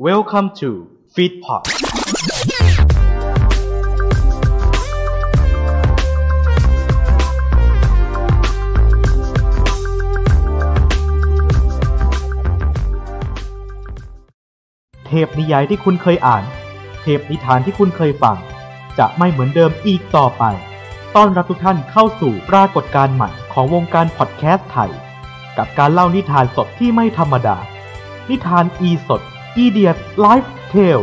Welcome to Feedpot เทพนิยายที่คุณเคยอ่าน เทพนิทานที่คุณเคยฟัง จะไม่เหมือนเดิมอีกต่อไป ต้อนรับทุกท่านเข้าสู่ปรากฏการณ์ใหม่ของวงการพอดแคสต์ไทย กับการเล่านิทานสดที่ไม่ธรรมดา นิทานอีสด อีเดียสไลฟ์เทล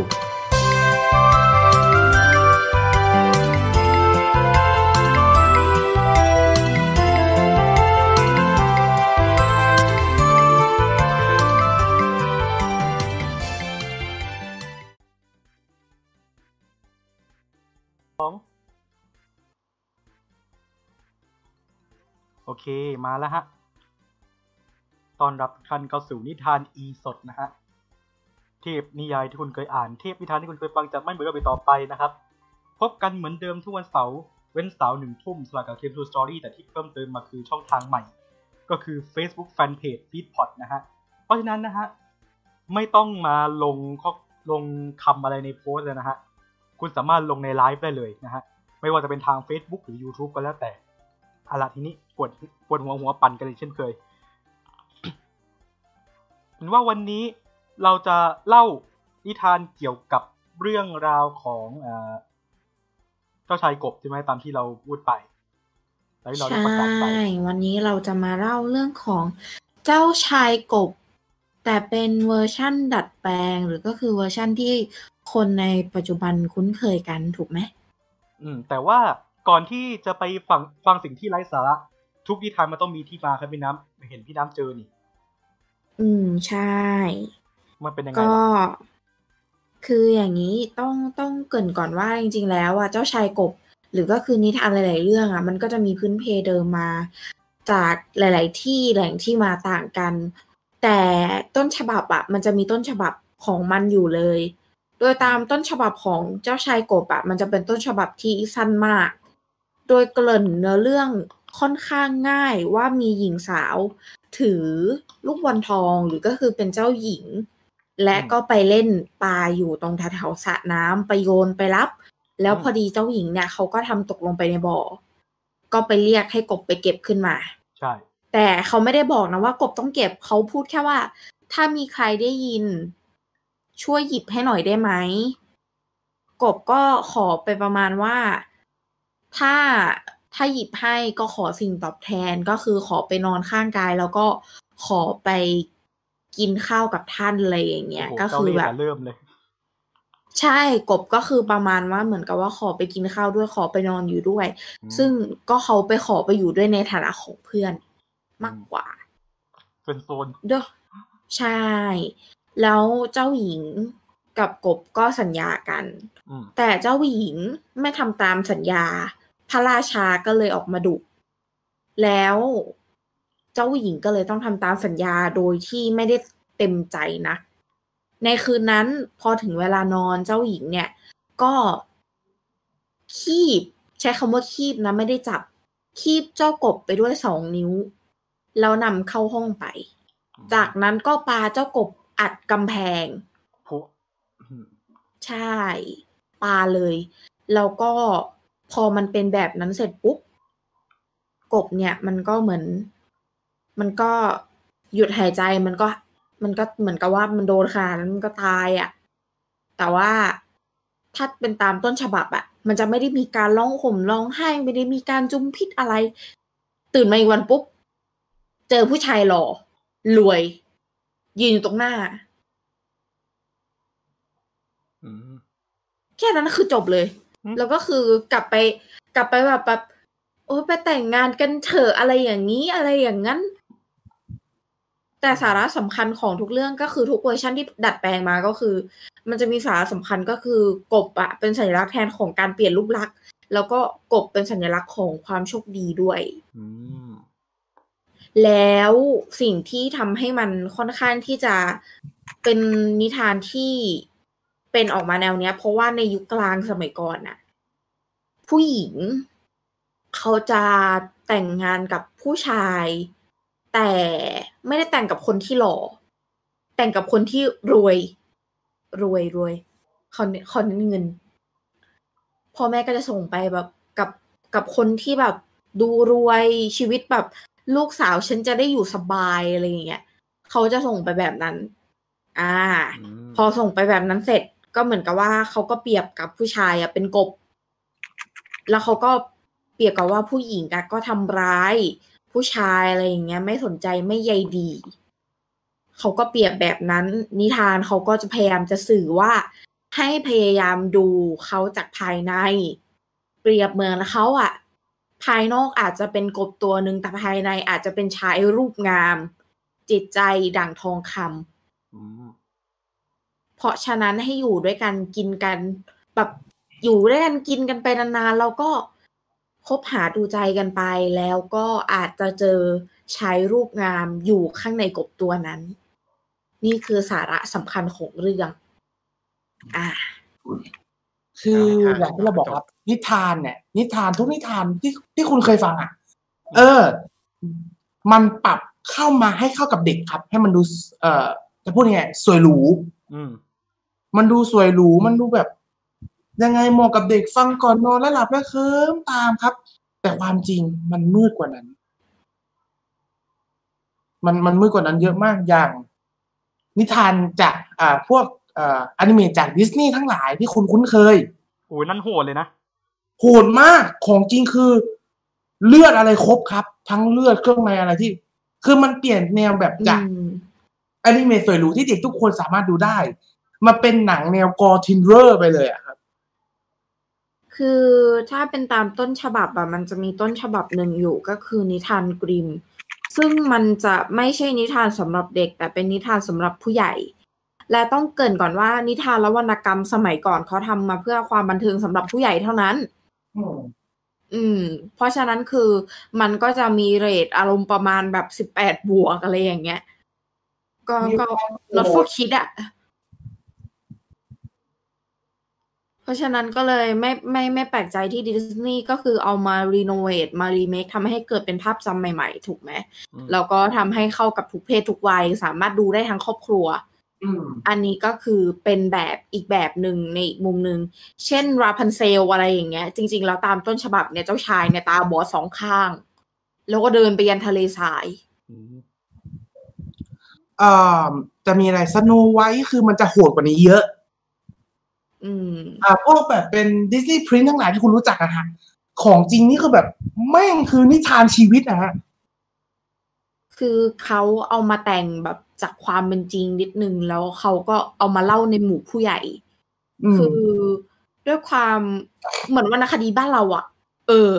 โอเค มาแล้วฮะ ตอนรับทุกท่านเข้าสู่นิทานอีสดนะฮะ เทพนิยายที่คุณเคยอ่าน เทพนิทานที่คุณเคยฟังจะไม่เหมือนกับไปต่อไปนะครับ พบกันเหมือนเดิมทุกวันเสาร์ เว้นเสาร์หนึ่งทุ่มสลับกับเทมทูสตอรี่แต่ที่เพิ่มเติมมาคือช่องทางใหม่ ก็คือ Facebook Fanpage Feedpot นะฮะ เพราะฉะนั้นนะฮะ ไม่ต้องมาลงข้อลงคำอะไรในโพสต์เลยนะฮะ คุณสามารถลงในไลฟ์ได้เลยนะฮะ ไม่ว่าจะเป็นทาง Facebook หรือ YouTube ก็แล้วแต่เอาละทีนี้ปวดปวดหัวหัวปั่นกันเลยเช่นเคย เห็นว่าวันนี้เราจะเล่านิทานเกี่ยวกับเรื่องราวของเอ่อเจ้าชายกบใช่ไหมตามที่เราพูดไปแล้วที่เราได้ ใช่ ประกาศไป วันนี้เราจะมาเล่าเรื่องของเจ้าชายกบ แต่เป็นเวอร์ชั่นดัดแปลง หรือก็คือเวอร์ชั่นที่คนในปัจจุบันคุ้นเคยกันถูกไหม อืมแต่ว่าก่อนที่จะไปฟังฟังสิ่งที่ไร้สาระ ทุกนิทานมันต้องมีที่มาครับพี่น้ำเห็นพี่น้ำเจอนี่ อืมใช่ มันเป็นยังไง ก็ ล่ะ คืออย่างนี้ต้องต้องเกรินก่อนว่าจริง ๆ แล้วอ่ะเจ้าชายกบ หรือก็คือนิทานหลาย ๆ เรื่องอ่ะ มันก็จะมีพื้นเพเดิมมา จากหลาย ๆ ที่แหล่งที่มาต่างกัน แต่ต้นฉบับอ่ะมันจะมีต้นฉบับของมันอยู่เลย โดยตามต้นฉบับของเจ้าชายกบอ่ะมันจะเป็นต้นฉบับที่สั้นมาก โดยเกริ่นเนื้อเรื่องค่อนข้างง่ายว่ามีหญิงสาว ถือลูกบอลทองหรือก็คือเป็นเจ้าหญิง และก็ไปเล่นปลาอยู่ตรงแถวๆสระน้ำไปโยนไปรับ แล้วพอดีเจ้าหญิงเนี่ยเขาก็ทำตกลงไปในบ่อ ก็ไปเรียกให้กบไปเก็บขึ้นมา ใช่ แต่เขาไม่ได้บอกนะว่ากบต้องเก็บเขาพูดแค่ว่า ถ้ามีใครได้ยิน ช่วยหยิบให้หน่อยได้ไหม กบก็ขอไปประมาณว่า ถ้าถ้าหยิบให้ก็ขอสิ่งตอบแทนก็คือขอไปนอนข้างกาย แล้วก็ขอไปกินข้าวกับท่านอะไรอย่างเงี้ย โอ้โห ก็ เจ้า คือ เล่ห์ แบบ แต่เริ่มเลย ใช่กบก็คือประมาณว่าเหมือนกับว่าขอไปกินข้าวด้วยขอไปนอนอยู่ด้วย อืม ซึ่งก็เขาไปขอไปอยู่ด้วยในฐานะของเพื่อนมากกว่า เป็นโซน ด้วยใช่ แล้วเจ้าหญิงกับกบก็สัญญากัน อืม แต่เจ้าหญิงไม่ทำตามสัญญา พระราชาก็เลยออกมาดุแล้วเจ้าหญิงก็เลยต้องทำตามสัญญาโดยที่ไม่ได้เต็มใจนะ ในคืนนั้นพอถึงเวลานอนเจ้าหญิงเนี่ย ก็คีบ ใช้คำว่าคีบนะไม่ได้จับ คีบเจ้ากบไปด้วยสองนิ้ว แล้วนำเข้าห้องไป จากนั้นก็ปาเจ้ากบอัดกำแพง ผู้อืม ใช่ ปาเลย แล้วก็พอมันเป็นแบบนั้นเสร็จปุ๊บ กบเนี่ย มันก็เหมือน มันก็หยุดหายใจมันก็ มันก็เหมือนกับว่ามันโดนขนาดนั้นมันก็ตายอะ่ะ แต่ว่าถ้าเป็นตามต้นฉบับอะ่ะ มันจะไม่ได้มีการร้องห่มร้องไห้ไม่ได้มีการจุมพิษอะไร ตื่นมาอีกวันปุ๊บ เจอผู้ชายหล่อรวย ยืนอยู่ตรงหน้า อืม แค่นั้นคือจบเลย อืม แล้วก็คือกลับไป กลับไปแบบแบบโอ้ยไปแต่งงานกันเถอะอะไรอย่างนี้อะไรอย่างนั้น แต่สาระสำคัญของทุกเรื่องก็คือทุกเวอร์ชันที่ดัดแปลงมาก็คือ มันจะมีสาระสำคัญก็คือกบอะเป็นสัญลักษณ์แทนของการเปลี่ยนรูปลักษณ์แล้วก็กบเป็นสัญลักษณ์ของความโชคดีด้วย อืม แล้วสิ่งที่ทำให้มันค่อนข้างที่จะเป็นนิทานที่เป็นออกมาแนวเนี้ย เพราะว่าในยุคกลางสมัยก่อนน่ะ ผู้หญิง เขาจะแต่งงานกับผู้ชาย แต่ไม่ได้แต่งกับคนที่หล่อแต่งกับคนที่รวย รวยรวยคอนคอนเงินพ่อแม่ก็จะส่งไปแบบกับกับคนที่แบบดูรวยชีวิตแบบลูกสาวฉันจะได้อยู่สบายอะไรอย่างเงี้ยเขาจะส่งไปแบบนั้น อ่า พอส่งไปแบบนั้นเสร็จก็เหมือนกับว่าเขาก็เปรียบกับผู้ชายอะเป็นกบ แล้วเขาก็เปรียบกับว่าผู้หญิงอะก็ทำร้าย ผู้ชายอะไรอย่างเงี้ย ไม่สนใจไม่ใยดี เขาก็เปรียบแบบนั้น นิทานเขาก็จะพยายามจะสื่อว่าให้พยายามดูเขาจากภายใน เปรียบเหมือนเขาอะภายนอกอาจจะเป็นกบตัวหนึ่งแต่ภายในอาจจะเป็นชายรูปงาม จิตใจดั่งทองคำ อืม เพราะฉะนั้นให้อยู่ด้วยกันกินกัน แบบอยู่ด้วยกันกินกันไปนานๆเราก็คบหาดูใจกันไป แล้วก็อาจจะเจอชายรูปงามอยู่ข้างในกบตัวนั้น นี่คือสาระสำคัญของเรื่อง อ่า คืออย่างที่เราบอกครับ นิทานเนี่ย นิทานทุกนิทานที่ที่คุณเคยฟังอ่ะ เออ มันปรับเข้ามาให้เข้ากับเด็กครับ ให้มันดู เอ่อจะพูดยังไงสวยหรู อืม มันดูสวยหรู มันดูแบบ ยังไงเหมาะกับเด็กฟังก่อนนอนแล้วหลับแล้วเคลิ้มตามครับ แต่ความจริงมันมืดกว่านั้น มันมันมืดกว่านั้นเยอะมากอย่าง นิทานจากอ่าพวกอ่าอนิเมะจากดิสนีย์ทั้งหลายที่คุณคุ้นเคย โอ้ยนั่นโหดเลยนะ โหดมากของจริงคือ เลือดอะไรครบครับ ทั้งเลือดเครื่องในอะไรที่ คือมันเปลี่ยนแนวแบบจาก อืม อนิเมะสวยหรูที่เด็กทุกคนสามารถดูได้ มาเป็นหนังแนวกอร์ทินเรอร์ไปเลยอะครับ คือถ้าเป็นตามต้นฉบับอะมันจะมีต้นฉบับหนึ่งอยู่ก็คือนิทานกริม ซึ่งมันจะไม่ใช่นิทานสำหรับเด็ก แต่เป็นนิทานสำหรับผู้ใหญ่ และต้องเกรินก่อนว่านิทานและวรรณกรรมสมัยก่อนเขาทำมาเพื่อความบันเทิงสำหรับผู้ใหญ่เท่านั้น อืม เพราะฉะนั้นคือมันก็จะมีเรทอารมณ์ประมาณแบบสิบแปดบวกอะไรอย่างเงี้ย ก็ก็ ลดพวกคิดอะ เพราะฉะนั้นก็เลยไม่ไม่ไม่แปลกใจที่ดิสนีย์ก็คือเอามารีโนเวทมารีเมคทำให้เกิดเป็นภาพจำใหม่ๆ ถูกไหม อืม แล้วก็ทำให้เข้ากับทุกเพศทุกวัย สามารถดูได้ทั้งครอบครัว อืม อันนี้ก็คือเป็นแบบอีกแบบหนึ่งในอีกมุมหนึ่ง เช่นราพันเซลอะไรอย่างเงี้ย จริง ๆ แล้วตามต้นฉบับเนี่ยเจ้าชายเนี่ยตาบอดสองข้าง แล้วก็เดินไปยันทะเลทราย อืม เอ่อจะมีอะไรสโนไวท์คือมันจะโหดกว่านี้เยอะ อืม อ่าพวกแบบเป็นดิสนีย์พรินทั้งหลายที่คุณรู้จักอะฮะของจริงนี่คือแบบแม่งคือนิทานชีวิตนะฮะ คือเขาเอามาแต่งแบบจากความเป็นจริงนิดนึงแล้วเขาก็เอามาเล่าในหมู่ผู้ใหญ่ อืม คือด้วยความเหมือนวรรณคดีบ้านเราอะเออ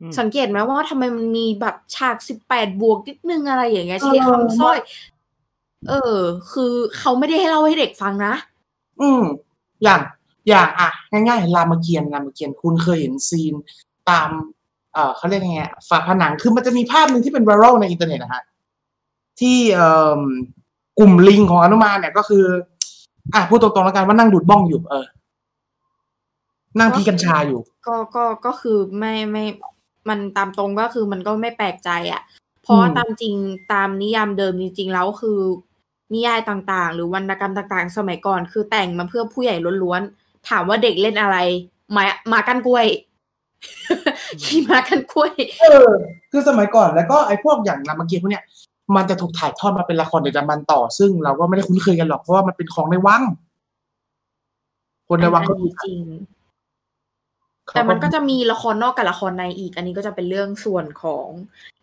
อืม สังเกตไหมว่าทำไมมันมีแบบฉากสิบแปดบวกนิดนึงอะไรอย่างเงี้ยใช้คำสร้อย เออ คือเขาไม่ได้ให้เล่าให้เด็กฟังนะ อืม อย่างอย่างอ่ะง่ายๆรามเกียรติ์รามเกียรติ์คุณเคยเห็นซีนตาม เอ่อเขาเรียกยังไงอะฝาผนังคือมันจะมีภาพหนึ่งที่เป็นไวรัลในอินเทอร์เน็ตนะฮะที่เอ่อกลุ่มลิงของอนุมานเนี่ยก็คือ อ่ะพูดตรงๆแล้วกันว่านั่งดูดบ้องอยู่ เออ นั่งพีกัญชาอยู่ ก็ก็ก็คือไม่ไม่มันตามตรงก็คือมันก็ไม่แปลกใจอะ่ะ เพราะว่า อืม ตามจริงตามนิยามเดิมจริงๆแล้วคือ นิยายต่างๆ หรือวรรณกรรมต่างๆ สมัยก่อนคือแต่งมาเพื่อผู้ใหญ่ล้วนๆ ถามว่าเด็กเล่นอะไรหมาหมากันกล้วย ขี่หมากันกล้วย เออ คือสมัยก่อนแล้วก็ไอ้พวกอย่างรามเกียรติ์พวกเนี้ยมันจะถูกถ่ายทอดมาเป็นละครเดยวจะมันต่อ ซึ่งเราก็ไม่ได้คุ้นเคยกันหรอกเพราะว่ามันเป็นของในวัง คนในวังก็ อัน ดู นี้จริง เขา แต่มันก็จะมีละครนอกกับละครในอีก อันนี้ก็จะเป็นเรื่องส่วนของ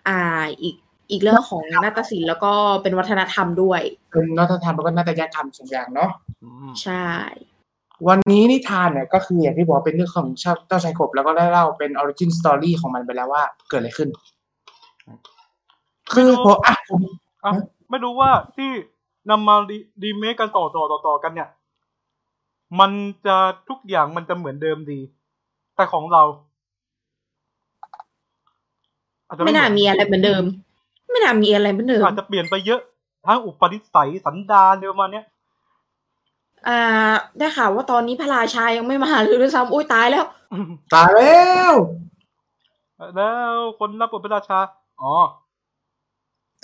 อ่าอีกอีกเรื่องของนาฏศิลป์แล้วก็เป็นวัฒนธรรมด้วย เป็นวัฒนธรรมแล้วก็นาฏยกรรมสองอย่างเนาะ อืม ใช่ วันนี้นิทานเนี่ยก็คืออย่างที่บอกเป็นเรื่องของชาเจ้าชายกบแล้วก็ได้เล่าเป็นออริจินสตอรี่ของมันไปแล้วว่าเกิดอะไรขึ้น คือผมอ่ะผม อ่ะไม่รู้ว่าที่นำมารีเมคกันต่อต่อต่อต่อกันเนี่ย มันจะทุกอย่างมันจะเหมือนเดิมดี แต่ของเราอจจะ ไม่ เห น่า อ มีอะไรเหมือนเดิม ไม่น่ามีอะไรเหมือนเดิม อาจจะเปลี่ยนไปเยอะ ทั้งอุปนิสัยสันดานเดิมมาณเนี้ย อ่า ได้ข่าวว่าตอนนี้พระราชายังไม่มาหาเลยด้วยซ้ำโอ้ยตายแล้ว ตายแล้ว แล้วคนรับบทเป็นราชา อ๋อ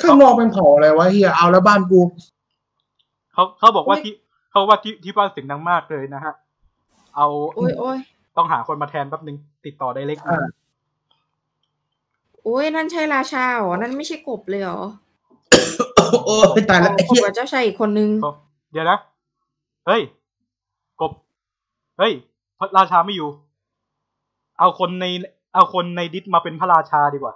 ข้างนอกเป็นเผาอะไรวะเฮียเอาแล้วบ้านกู เขาเขาบอกว่าที่ เขาว่าที่ที่บ้านเสียงดังมากเลยนะฮะ เอา โอ้ยโอ้ย ต้องหาคนมาแทนแป๊บนึงติดต่อได้เล็ก เออ โอ้ยนั่นใช่ราชาเหรอนั่นไม่ใช่กบเลยเหรอ โอ้ยตายแล้วไอ้ กบ เหี้ย กับเจ้าชายอีกคนนึง เดี๋ยวนะ เฮ้ย กบ เฮ้ยพระราชาไม่อยู่ เอาคนใน เอาคนในดิสมาเป็นพระราชาดีกว่า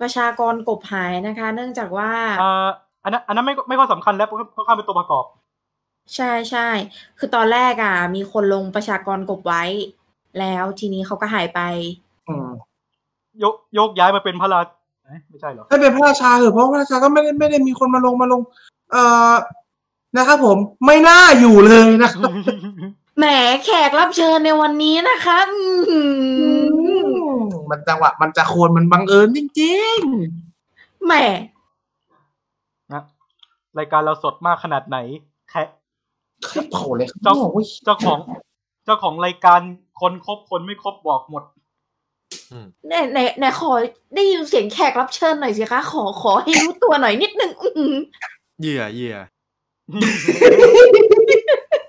ประชากรกบหายนะคะ เนื่องจากว่า เอ่ออันนั้นอันนั้นไม่ไม่ค่อยสำคัญแล้วเพราะเพราะข้ามเป็นตัวประกอบ ใช่ใช่ คือตอนแรกอ่ะ มีคนลงประชากรกบไว้ แล้วทีนี้เขาก็หายไป อืม ยกยกย้ายมาเป็นพระราชเอ๊ะไม่ใช่ เหรอ ให้เป็นพระราชาเหอะเพราะพระราชาก็ไม่ได้ไม่ได้มีคนมาลงมาลง เอ่อนะครับผมไม่น่าอยู่เลยนะครับ แหมแขกรับเชิญในวันนี้นะคะอืม มันจังหวะมันจะโคนมันบังเอิญจริง แหม นะรายการเราสดมากขนาดไหน แค่ ๆครับโผล่เลยครับโอ้ย เจ้าของเจ้าของรายการคนครบคนไม่ครบบอกหมด ไหนไหนไหนขอได้ยินเสียงแขกรับเชิญหน่อยสิคะ ขอขอให้รู้ตัวหน่อยนิดนึงอื้อหือ เหยื่อเหยื่อ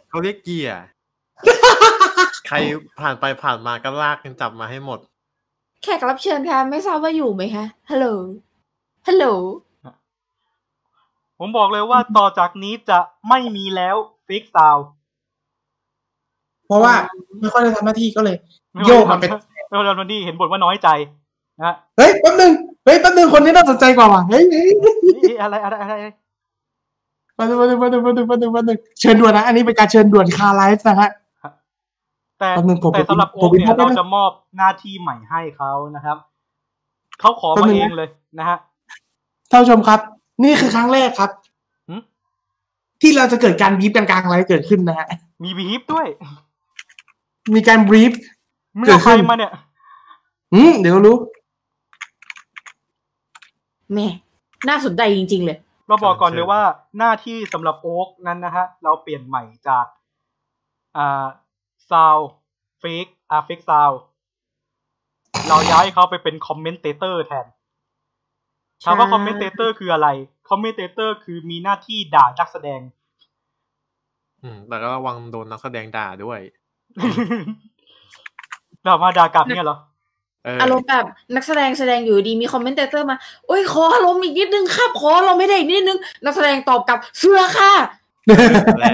เขาเรียกเกียร์ ใครผ่านไปผ่านมาก็ลากกันจับมาให้หมด แขกรับเชิญคะไม่ทราบว่าอยู่ไหมคะ ฮัลโหล ฮัลโหล ผมบอกเลยว่าต่อจากนี้จะไม่มีแล้วฟิกซาว เพราะว่าไม่ค่อยได้ทำหน้าที่ก็เลย โยกมาเป็น เรวันนี้เห็นบทว่าน้อยใจนะฮะ เฮ้ยแป๊บนึงเฮ้ยแป๊บนึงคนนี้น่าสนใจกว่าว่ะเฮ้ยเฮ้ย เอ๊ะอะไรอะไรอะไรอะไร แป๊บนึงแป๊บนึงแป๊บนึงแป๊บนึงแป๊บนึงแป๊บนึงเชิญด่วนนะ อันนี้เป็นการเชิญด่วนคาไลฟ์นะฮะ แต่ แป๊บนึงผม แต่สำหรับ ผม โอ๊คเนี่ยผมผม เราจะมอบหน้าที่ใหม่ให้เขานะครับเขาขอ แป๊บ มา นึง เอง นะ เลยนะฮะ ท่านผู้ชมครับ นี่คือครั้งแรกครับ หืม ที่เราจะเกิดการบีบกันกลางไลฟ์เกิดขึ้นนะฮะ มีบีฟด้วย มีการบีบ มึงเอาใครมาเนี่ย อืมเดี๋ยวรู้ แหม น่าสนใจจริง ๆ เลย เราบอกก่อน เชิญ เลยว่าหน้าที่สำหรับโอ๊กนั้นนะฮะ เราเปลี่ยนใหม่จากอ่าซาวฟิกอาฟิกซาวเราย้ายเขาไปเป็นคอมเมนเตเตอร์แทนถามว่าคอมเมนเตเตอร์คืออะไรคอมเมนเตเตอร์คือมีหน้าที่ด่านักแสดง อืม แต่ก็ระวังโดนนักแสดงด่าด้วย ด่ามาด่ากลับเนี่ยเหรอ เออ อารมณ์แบบนักแสดงแสดงอยู่ดีมีคอมเมนเตเตอร์มา โอ้ยขออารมณ์อีกนิดนึงครับ ขออารมณ์ไม่ได้อีกนิดนึง นักแสดงตอบกลับเสื้อค่ะ และ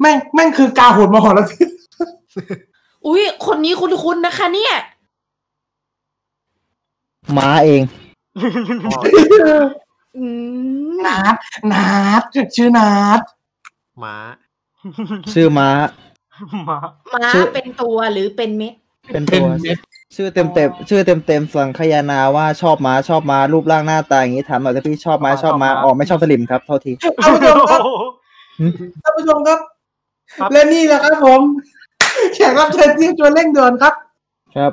แม่งแม่งคือกาโหดมหร สพ อุ้ยคนนี้คุ้นๆนะคะ เนี่ย ม้าเอง อืม นัดนัดชื่อนัด ม้า ชื่อม้า มา ม้า ชื่อ เป็นตัวหรือเป็นเม็ด เป็นตัว ชื่อเต็มเต็มชื่อเต็มเต็มสังขยานาว่าชอบม้าชอบม้ารูปร่างหน้าตาอย่างนี้ถามหน่อยจะพี่ชอบม้าชอบม้าอ๋อไม่ชอบสลิมครับโทษที ท่านผู้ชมครับ โอ้โห ท่านผู้ชมครับ ครับ และนี่แหละครับผมแขกรับเชิญที่ชวนเร่งด่วนครับ ครับ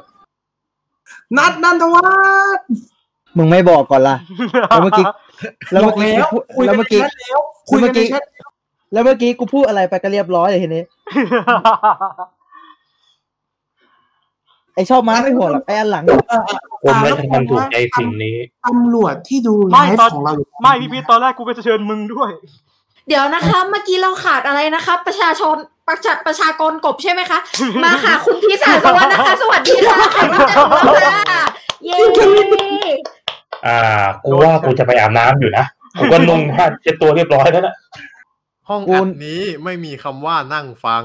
นัดนันทวัฒน์ มึงไม่บอกก่อนล่ะ แล้วเมื่อกี้ แล้วเมื่อกี้ บอกแล้ว กูพูดแล้วเมื่อกี้ คุยนในแชทแล้วคุยกันในแชท แล้วเมื่อกี้กูพูดอะไรไปก็เรียบร้อยเลยทีนี้ไอชอบม้าไม่ห่วงหรอกไออันหลัง ผมไม่ได้ทำถูกใจสิ่งนี้ ตำรวจที่ดูไล ไม่ตฟ์อน ของเราอยู่ ไม่พี่พีชตอนแรกกูก็จะเชิญมึงด้วย เดี๋ยวนะคะ เมื่อกี้เราขาดอะไรนะคะ ประชาชนประชาประชากรกบใช่ไหมคะ มาค่ะ คุณพิศาสวัสดนะคะ สวัสดีค่ะแขกรับเชิญของเราค่ะเย้ อ่า กูว่ากูจะไปอาบน้ำอยู่นะ กูก็นุ่งผ้าเช็ดตัวเรียบร้อยแล้วนะ ห้องอัดนี้ไม่มีคำว่านั่งฟัง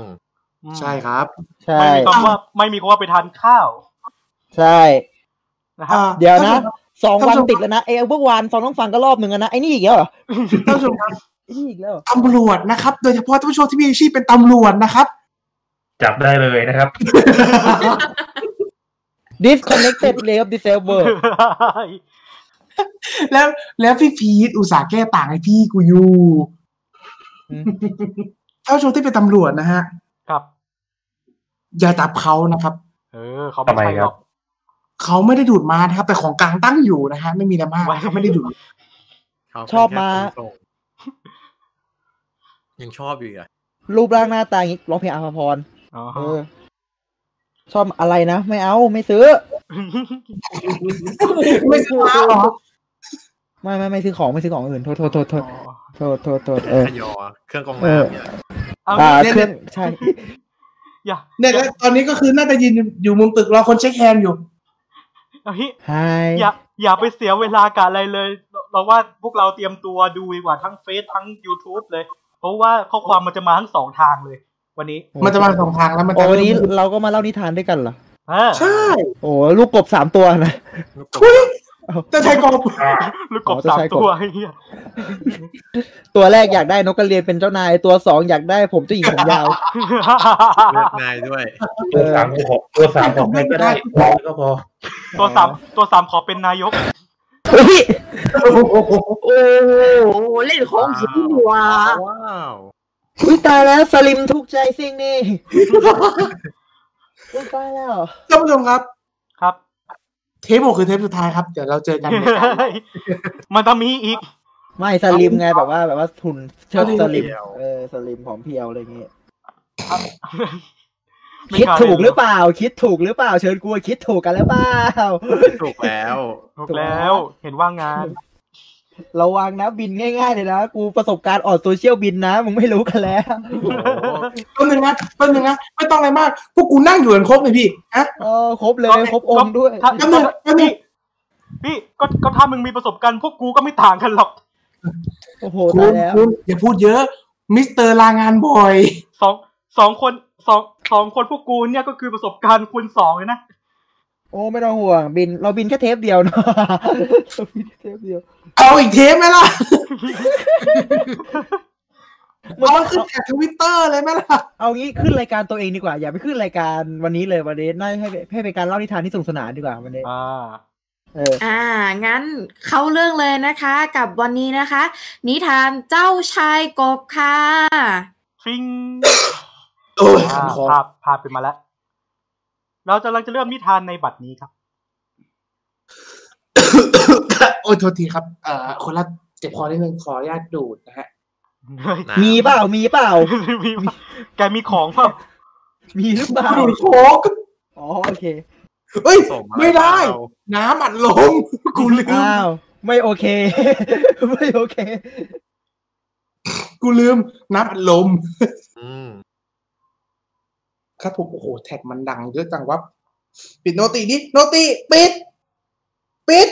ใช่ครับ ใช่ ไม่มีคำว่าไม่มีคำว่าไปทานข้าว ใช่ นะ อ่า ฮะ เดี๋ยวนะสองวันติดแล้วนะไอเมื่อวานสองต้องฟังก็รอบหนึ่งแล้วนะไอนี่อีกแล้วเหรอ ท่านผู้ชมครับ ไอนี่อีก แล้วเหรอ ตำรวจนะครับ โดยเฉพาะท่านผู้ชมที่มีอาชีพเป็นตำรวจนะครับ จับได้เลยนะครับ ดิสคอนเนคเต็ดเลฟดิเซลเบอร์ แล้วแล้วพี่พีทอุตส่าห์แก้ต่างให้พี่กูอยู่ท่านผู้ชมที่เป็นตำรวจนะฮะ ครับ อย่าจับเขานะครับ เออเขาไม่ ทำไม ใช่ ค ห รั รอบ ก เขาไม่ได้ดูดมานะครับ แต่ของกลางตั้งอยู่นะฮะ ไม่มีอะไรมาก ว้าว เขาไม่ได้ดูด เขาเป็น ชอบ แค่ ม้า คนส่งยังชอบอยู่อีกอ่ะ รูปร่างหน้าตาอย่างนี้ร้องเพลงอาภาพร อ๋อ เออ ชอบอะไรนะ ไม่เอาไม่ซื้อ ไม่ใช่มาหรอ ไม่ไม่ไม่ซื้อของไม่ซื้อของอื่นโทษโทษโทษโทษ โทษโทษโทษเออ ขยอเครื่องกรอง เออ น้ำเนี่ย เอา อ่า งี้ เครื่องใช่ อย่า เนี่ยแล้วตอนนี้ก็คือน่าจะยืนอยู่มุมตึกรอคนเช็คแฮนด์อยู่ เอางี้ Hi อย่าอย่าไปเสียเวลากับอะไรเลย เราเราว่าพวกเราเตรียมตัวดูดีกว่าทั้งเฟซทั้ง YouTube เลย เพราะว่าข้อความมันจะมาทั้งสองทางเลย วันนี้ มันจะมาสองทางแล้วมัน โอ้ จะ วันนี้เราก็มาเล่านิทานด้วยกันเหรอ เออ ใช่ โอ้ลูกกบสามตัวนะ แต่ชายกบ ลูกกบ อ๋อจะ สาม ใช้กบ ตัวไอ้เหี้ย ตัวแรกอยากได้นกกระเรียนเป็นเจ้านาย ตัวสองอยากได้ผมเจ้าหญิงผมยาว เลือกนายด้วย ตัวสามตัวหกตัวสามของใครก็ได้พอก็พอ ตัวสามตัวสามขอเป็นนายก เฮ้ย โอ้โหเล่นของสีหนัว ว้าว อุ๊ยตายแล้วสลิมถูกใจสิ่ งนี้อุ๊ยตายแล้ว ท่านผู้ชมครับ ครับ เทปหกคือเทปสุดท้ายครับ เดี๋ยวเราเจอกันในการ มันต้องมีอีก ไม่สลิมไงแบบว่าแบบว่าทุนเชิดสลิม เดียว เออสลิมผอมเพรียวอะไรอย่างเงี้ย ไม่ คิด กล้า ถูกหรืเล่นหอรอ เปล่า คิดถูกหรือเปล่า เชิญกูคิดถูกกันแล้วเปล่า ถูกแล้ว ถูกแล้วเห็นว่างงาน ระวังนะบินง่าย ๆ เลยนะ กูประสบการณ์ออดโซเชียลบินนะมึงไม่รู้กันแล้ว โอ้โห ต้นหนึ่งนะต้นหนึ่งนะไม่ต้องอะไรมาก พวกกูนั่งอยู่กันครบเลยพี่ฮะ เออครบเลยครบองค์ด้วย ถ้า ต้นหนึ่งต้นหนึ่ง พี่ก็ก็ถ้ามึงมีประสบการณ์พวกกูก็ไม่ต่างกันหรอก โอ้โห คุ ตา ณ ยแล้ว คุณอย่าพูดเยอะ มิสเตอร์ลางานบ่อย สองสองคนสองสองคนพวกกูเนี่ยก็คือประสบการณ์คูณสองเลยนะ โอ้ไม่ต้องห่วง บินเราบินแค่เทปเดียวเนาะ เราบินแค่เทปเดียว เอาอีกเทปไหมล่ะเอาขึ้นแากทวิตเตอร์เลยไหมล่ะ เอางี้ขึ้นรายการตัวเองดีกว่า อย่าไปขึ้นรายการวันนี้เลยวันนี้น่าให้ให้เป็นการเล่านิทานที่สนุกสนานดีกว่าวันนี้ อ่า เออ อ่า งั้นเข้าเรื่องเลยนะคะ กับวันนี้นะคะ นิทานเจ้าชายกบค่ะ ฟิง เออ อ่า ขอ ภาพภาพเป็นมาแล้ว เราจะกำลังจะเริ่มนิทานในบัดนี้ครับ โอ้ยโทษทีครับ เอ่อคนละเจ็บคอนิดนึงขออนุญาตดูดนะฮะ นะ มีเปล่ามีเปล่า มีปะแกมีของเปล่า มีหรือเปล่า ดูดโค้ก อ๋อโอเค เอ้ย ส่งา ไม่ได้ น้ำอัดลมกูลืม อ้าวไม่โอเค ไม่โอเค กูลืม น้ำอัดลม อืม ครับผมโอ้โหแท็กมันดังเยอะจังวะปิดโนติดิโนติปิด ปิด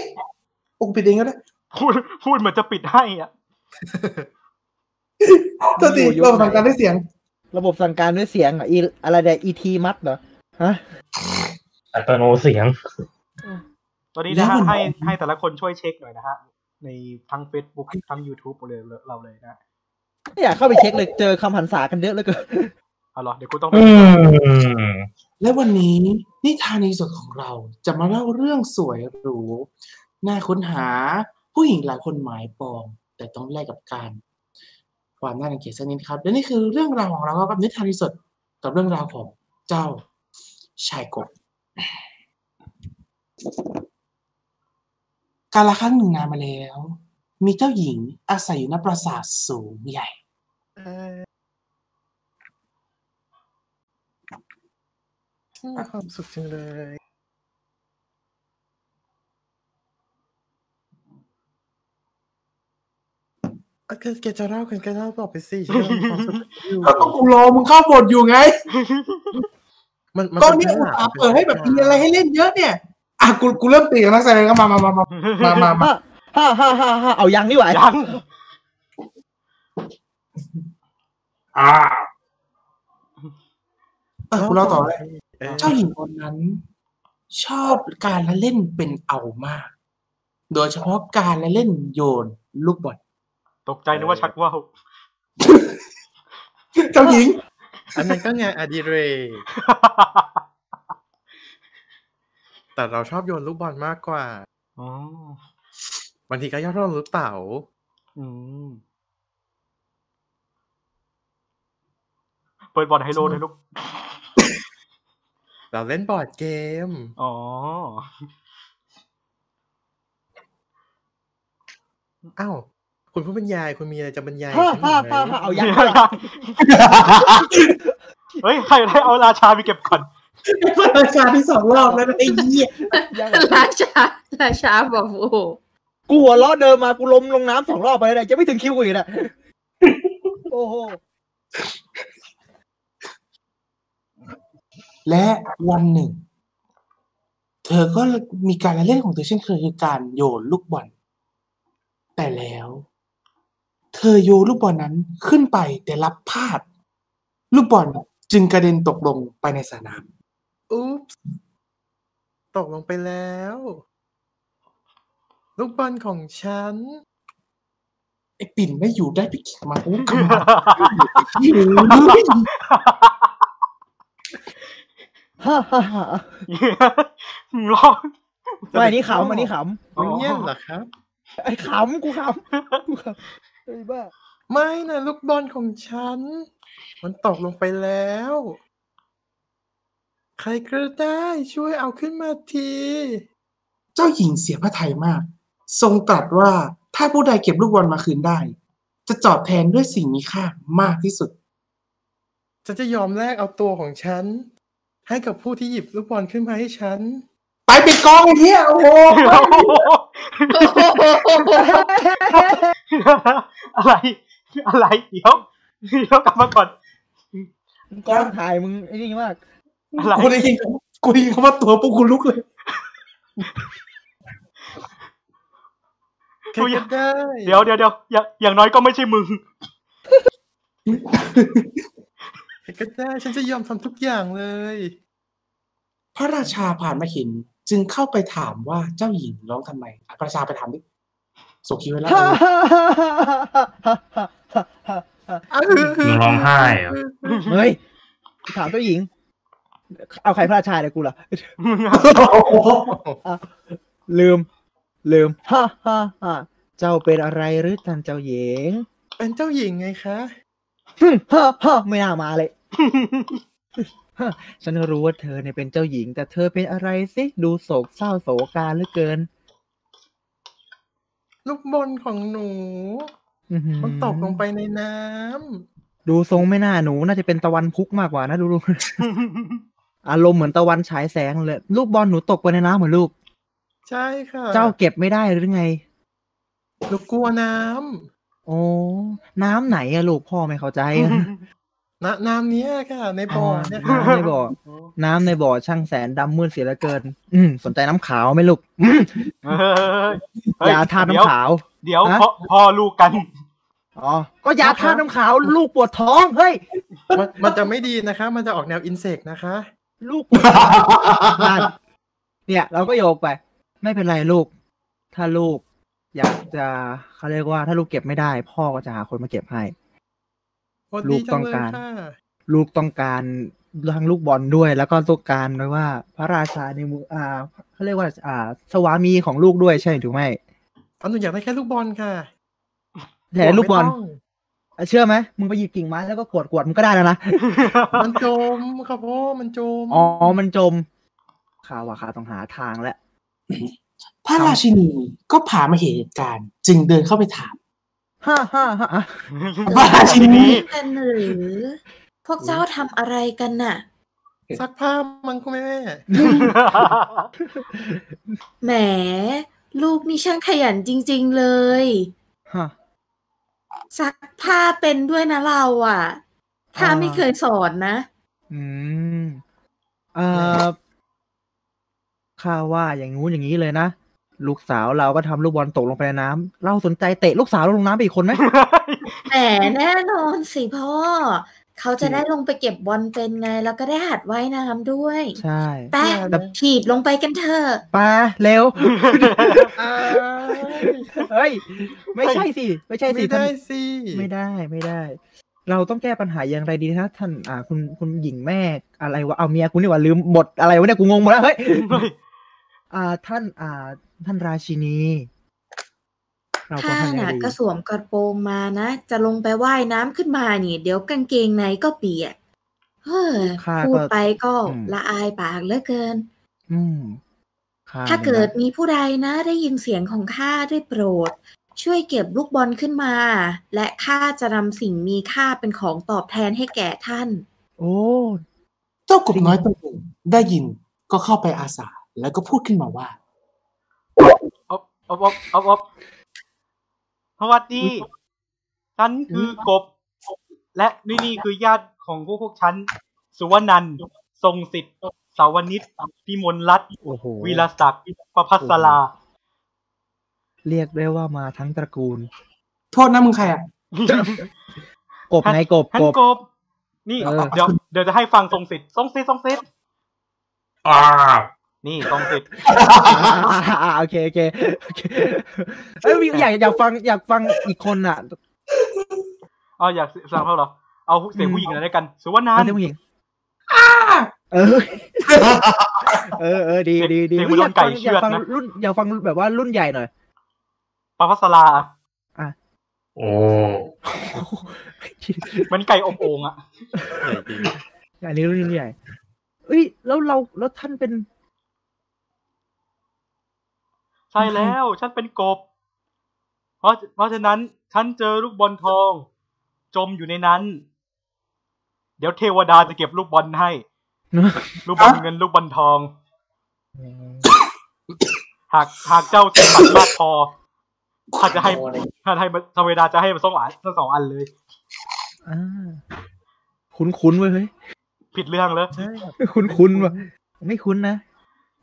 โอ้กูปิดเองก็ได้ พูดพูดเหมือนจะปิดให้อ่ะ โนติ อยู่ยุค เราทำการได้เสียง ระบบสั่งการด้วยเสียงเหรออีอะไรเดียอีทีมัดเหรอฮะ อัตโนเสียง ตอนนี้นะฮะ แล้วมัน ให้ให้แต่ละคนช่วยเช็คหน่อยนะฮะ ในทั้ง Facebook ทั้ง YouTube เลยเราเลยนะ ไม่อยากเข้าไปเช็คเลยเจอคำหันษากันเยอะเหลือเกิน เอาเหรอเดี๋ยวกูต้อง อืม และวันนี้นิทานในสดของเราจะมาเล่าเรื่องสวยหรูน่าค้นหาผู้หญิงหลายคนหมายปอง แต่ต้องแลกกับการ ความน่ารังเกียจสักนิดครับ และนี่คือเรื่องราวของเราครับกับนิทานในสดกับเรื่องราวของเจ้าชายกบกาลครั้งหนึ่งนานมาแล้ว มีเจ้าหญิงอาศัยอยู่ณปราสาทสูงใหญ่ ความสุขจังเลย แกแกจะเล่ากันแกเล่าบอกไปสิฉันกำลังมีความสุขอยู่ ก็กูรอมึงเข้าบทอยู่ไง มันมั ก็เนี่ยอุตส่าห์เปิดให้แบบมีอะไรให้เล่นเยอะเนี่ย อ่ะกูกูเริ่มตีกับนักแสดงก็มามามามามามามา ฮ่าฮ่าฮ่าฮ่าฮ่าเอายังนี่หว่า ยัง อ่า เออกูเล่าต่อเลย เอ้ย เจ้าหญิงคนนั้น ชอบการละเล่นเป็นเอามาก โดยเฉพาะการละเล่นโยนลูกบอล ตกใจนึกว่าชักว่าว เจ้าหญิง อันนั้นก็งานอดิเรกแต่เราชอบโยนลูกบอลมากกว่า อ๋อบ างทีก็ยอดร่องลูกเต๋า อืมเปิดบอร์ดไฮโลเลยลูก เราเล่นบอร์ดเกม อ๋อ อ้าว คุณผู้บรรยายคุณมีอะไรจะบรรยาย ฮ่า ฉันอีกไหมฮ่าฮ่าฮ่าเอายังนี่หว่า เฮ้ย ใครได้เอาราชาไปเก็บก่อน เปิดรายการที่สองรอบแล้วนะไอ้เหี้ย ยังเหรอ ราชา ราชาบอกโอ้โห กูหัวล้อเดินมากูล้มลงน้ำสองรอบไปเลยจะไม่ถึงคิวกูอีกนะ โอ้โห และวันหนึ่ง เธอก็มีการละเล่นของเธอเช่นเคยคือการโยนลูกบอล แต่แล้ว เธอโยนลูกบอลนั้นขึ้นไปแต่รับพลาด ลูกบอลจึงกระเด็นตกลงไปในสระน้ อุ๊บตกลงไปแล้ว ลูกบอลของฉัน ำไอ้ปิ่นไม่อยู่ได้ไปกินมาโอ้กำมาหิวเลย ฮ่าฮ่าฮ่า ร้อง ไม่อันนี่ขำอันนี้ข มันเงียบเหรอครับ ำไอ้ขำกูขำกูขำไอ้บ้า ไม่นะลูกบอลของฉัน มันตกลงไปแล้ว ใครก็ได้ช่วยเอาขึ้นมาที เจ้าหญิงเสียพระทัยมาก ทรงตรัสว่าถ้าผู้ใดเก็บลูกบอลมาคืนได้ จะจอบแทนด้วยสิ่งมีค่ามากที่สุด ฉันจะยอมแลกเอาตัวของฉัน ให้กับผู้ที่หยิบลูกบอลขึ้นมาให้ฉัน ไปปิดกองไอ้เหี้ยโอ้โห อะไร อะไร เดี๋ยว เดี๋ยวกลับมาก่อน กล้องถ่ายมึงไอ้นี่มาก อะไร กูได้ยินคำกูได้ยินคำว่าตัวปุ๊บกูลุกเลย ใครก็ได้ เดี๋ยวเดี๋ยวเดี๋ยวอย่างอย่างน้อยก็ไม่ใช่ มึง ใครก็ได้ ฉันจะยอมทำทุกอย่างเลย พระราชาผ่านมาเห็น จึงเข้าไปถามว่าเจ้าหญิงร้องทำไมอ่ะพระราชาไปถามดิส่งคิวไว้แล้ว มึงร้องไห้เหรอ เฮ้ยถามเจ้าหญิง เอาใครพระราชาเนี่ยกูเหรอ มึงอะ ลืม ลืม ฮ่าฮ่าฮ่าเจ้าเป็นอะไรหรือท่านเจ้าหญิง เป็นเจ้าหญิงไงคะ ฮึ่มฮ่าฮ่าไม่น่ามาเลย ฉันรู้ว่าเธอเนี่ยเป็นเจ้าหญิง แต่เธอเป็นอะไรสิดูโศกเศร้าโศกาเหลือเกิน ลูกบอลของหนู อื้อหือ มันตกลงไปในน้ำ ดูทรงไม่น่าหนูน่าจะเป็นตะวันพุกมากกว่านะดูดู อารมณ์เหมือนตะวันฉายแสงเลย ลูกบอลหนูตกไปในน้ำเหมือนลูก ใช่ค่ะ เจ้าเก็บไม่ได้หรือไง หนูกลัวน้ำ โอ้ น้ำไหนอะลูกพ่อไม่เข้าใจอะ นะน้ำเนี้ยค่ะ ในบ่อเนี่ย น้ำในบ่อ น้ำในบ่อช่างแสนดำมืดเสียเหลือเกิน อืมสนใจน้ำขาวไหมลูกอืม เฮ้ยเฮ้ ยาทาน้ำขาว เดี๋ยว ฮะ พอพอลูก กัน อ๋อ ก็ยาทาน้ำขาว ลูกปวดท้อง เฮ้ย มันมันจะไม่ดีนะคะ มันจะออกแนวอินเสกนะคะ ลูกปวดท้อง นั่นเนี่ย เราก็โยกไป ไม่เป็นไรลูก ถ้าลูก อยากจะเขาเรียกว่า ถ้าลูกเก็บไม่ได้ พ่อก็จะหาคนมาเก็บให้ โคตร ลู ดี ก จั ต้อง เลย การ ค่ะ ลูกต้องการทั้งลูกบอลด้วย แล้วก็ต้องการด้วยว่า พระราชาในมืออ่าเขาเรียกว่า อ่า สวามีของลูกด้วยใช่ถูกไหม เอาหนูอยากได้แค่ลูกบอลค่ะ แต่ลูกบอล ไม่ต้ง อ่ะเชื่อไหมมึงไปหยิบกิ่งไม้แล้วก็ขวดขวดมันก็ได้แล้วนะ มันจมครับพ่อมันจม อ๋อ มันจมข่าวว่าข่าวต้องหาทางแล้ว พระราชินีก็ผ่านมาเห็นเหตุการณ์ จึงเดินเข้าไปถาม ฮ่าฮ่าฮ่าอ่ะ พระราชินี กันหรือพวกเจ้าทำอะไรกันน่ะ ซักผ้ามันคุณแม่ แหม ลูกนี่ช่างขยันจริง ๆเลย ฮะ ซักผ้าเป็นด้วยนะเราอ่ะ ถ้า อ่า ไม่เคยสอนนะ อืมเอ่อข้าว่าอย่างงู้นอย่างนี้เลยนะ ลูกสาวเราก็ทำลูกบอลตกลงไปในน้ำเราสนใจเตะลูกสาวเราลงน้ำไปอีกคนไหม แหมแน่นอนสิพ่อ เขาจะได้ลงไปเก็บบอลเป็นไง แล้วก็ได้หัดว่ายน้ำด้วย ใช่ แป๊ะถีบลงไปกันเถอะ ไปาเร็ว อ้าย เฮ้ย ไม่ใช่สิ ไม่ใช่สิ ไม่ได้สิ ไม่ได้ไม่ได้ เราต้องแก้ปัญหาอย่างไรดีนะท่านอ่า คุณคุณหญิงแม่อะไรวะเอาเมียคุณนี่หว่าลืมบทอะไรวะเนี่ยกูงงหมดแล้วเฮ้ย อ่าท่านอ่า ท่านราชินี เราควร ถ้า ทำยังไง น่ะ ดี ก็สวมกระโปรงมานะ จะลงไปว่ายน้ำขึ้นมานี่ เดี๋ยวกางเกงในก็เปียก เฮ้อ ข้า พู ก็ ดไปก็ อืม ละอายปากเหลือเกิน อืมข้ ถ้า นี่ยนะ เกิดมีผู้ใดนะได้ยินเสียงของข้าได้โปรด ช่วยเก็บลูกบอลขึ้นมา และข้าจะนำสิ่งมีค่าเป็นของตอบแทนให้แก่ท่าน โอ้ เจ้ากบน้อยตัวหนึ่งได้ยินก็เข้าไปอาสา แล้วก็พูดขึ้นมาว่า อบอบอบอบอบสวัสดี ฉันคือกบ และนี่นี่คือญาติของพวกพวกฉันสุวนันท์ทรงสิทธิ์สาวนิตพิมลรัตน์ โอ้โห วีรศักดิ์ประพัสลา เรียกได้ว่ามาทั้งตระกูล โทษนะมึงใครอ่ะ กบไงกบ ท่าน กบ กบ นี่ เออ เดี๋ยวเดี๋ยวจะให้ฟังทรงสิทธิ์ทรงสิทธิ์ทรงสิทธิ์ อ้าว นี่ทรงสิทธิ์ อ่าอ่าโอ เคโอเคโอเคเอ้ยอยากอยากฟังอยากฟังอีกคนอ่ะ เอาอยากฟังเขาเหรอเอาเสียงผู้หญิงหน่อะไรกันสุวรรณา เอา น เสียงผู้หญิงเออ เออเออดีดีดี เสียงผู้หญิง ก ไก่ ฟัง เชือ อก ยากฟัง นะ รุ่นอยากฟังแบบว่ารุ่นใหญ่หน่อย ประพัสลาอะ โอ้ เหมันไก่อบโอ่งอะ ใหญ่จริง อันนี้รุ่นใหญ่เอ้ยแล้วเราแล้วท่านเป็น ใช่แล้วฉันเป็นกบ เพราะเพราะฉะนั้นฉันเจอลูกบอลทอง จมอยู่ในนั้น เดี๋ยวเทวดาจะเก็บลูกบอลให้ ลูกบอลเงินลูกบอลทอง หากหากเจ้าสมบัติมากพอถ้าจะให้ถ้าให้ทเวดาจะให้มาสองอันทั้งสองอันเลย อ่า คุ้นคุ้นๆเว้ยเฮ้ย ผิดเรื่องเลย ใช่ คุ้นคุ้นๆว่ะไม่คุ้นนะ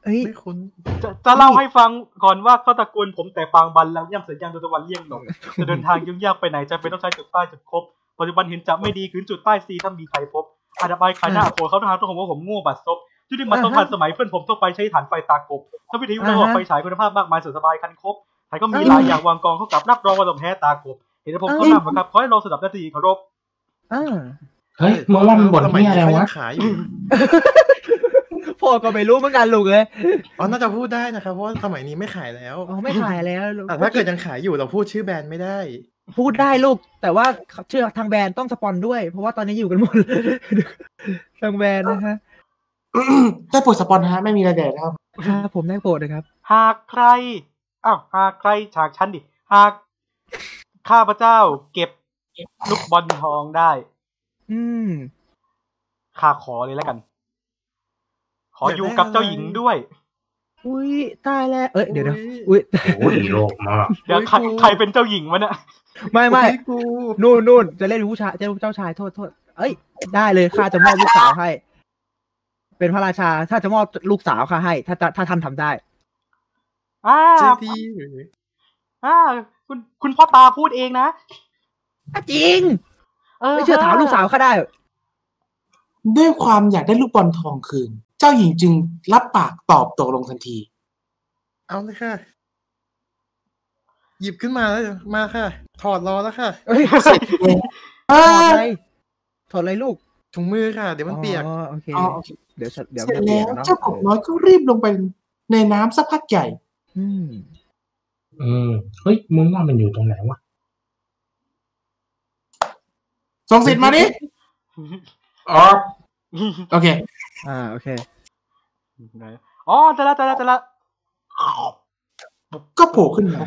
เอ้ย ไม่คุ้น จะจะเล่าให้ฟังก่อนว่าเขาตระกูลผมแต่ปางบันแล้วย่ำเสียงยังตะวันเลี่ยงหนกจะเดินทางยุ่งยากไปไหนจะเป็นต้องใช้จุดใต้จุดครบปัจจุบันเห็นจะไม่ดีขึ้นจุดใต้ซีถ้ามีใครพบอาดับายขายหน้าโผล่เขาทางตัวผมว่าผมโง่บัดซบจุดที่มาต้องการสมัยเพื่อนผมทั่วไปใช้ฐานไฟตากบ ถ้าวิทยุไม่ออกไฟฉายคุณภาพมากมายสุดสบายคันครบแต่ก็มีหลายอย่างวางกองเข้ากับรับรองว่าต้องแพ้ตากบ เห็นผมก็นำนะครับขอให้เราสนับนาทีเคารพ อ่า เฮ้ยมึงว่ามันบ่น สมัย เหียอะไร เขายั วะ งขายอยู่ พ่อก็ไม่รู้เหมือนกันลูกเลย อ๋อน่าจะพูดได้นะครับเพราะว่าสมัยนี้ไม่ขายแล้ว อ๋อไม่ขายแล้วลูก อ่ะถ้าเกิดยังขายอยู่เราพูดชื่อแบรนด์ไม่ได้ พูดได้ลูก แต่ว่าเชื่อทางแบรนด์ต้องสปอนด้วย เพราะว่าตอนนี้อยู่กันห มด ทางแบรนด์นะฮะ ได้โปรดสปอนฮะไม่มีอะไรแดดนะครับ ครับผมได้โปรดเลยครับ หากใครอ้าวหากใครฉากชั้นดิหากข้าพเจ้าเก็บลูกบอลทองได้ อืม ข้าขอเลยแล้วกัน ขอ อยากได้ อยู่กับเจ้าหญิง อะไร ด้วย อุ้ยตายแล้ว เอ้ยเดี๋ยวนะ อุ๊ย อุ้ย โอ้ยโลกมาก เดี๋ยวใคร อุ๊ยกู ใครเป็นเจ้าหญิงวะเนี่ย ไม่ไม่ อุ๊ยกู นู่นนู่นจะเล่นผู้ชายจะเล่นเจ้าชายโทษโทษเอ้ย ได้เลยข้าจะมอบลูกสาวให้ เป็นพระราชา ถ้าจะมอบลูกสาวข้าให้ ถ้าถ้าถ้าท่านทำได้ อ้า เจ ว ดีหรือ อ้าวคุณคุณพ่อตาพูดเองนะ จริง เออ ไม่เชื่อถามลูกสาวข้าได้ ด้วยความอยากได้ลูกบอลทองคืน เจ้าหญิงจึงรับปากตอบตกลงทันที เอาเลยค่ะ หยิบขึ้นมาแล้วมาค่ะ ถอดรอแล้วค่ะ เอ้ยถ เอ อด อ อะไรถอดอะไรลูก ถุงมือค่ะ เดี๋ยวมันเปียก อ๋อโอเค อ๋อโอเค เดี๋ยวฉันเดี๋ยว เสร็จ จะเปี แล้วยกอะเนาะ เจ้ากบน้อยก็รีบลงไปในน้ำสักพักใหญ่ อืม อืมเฮ้ยมึงว่ามันอยู่ตรงไหนวะ ส่งสิทธิ์มาดิ อ๋อ โอเค อ่าโอเค อ๋อแต่ละแต่ละแต่ละ ก็โผล่ขึ้นมา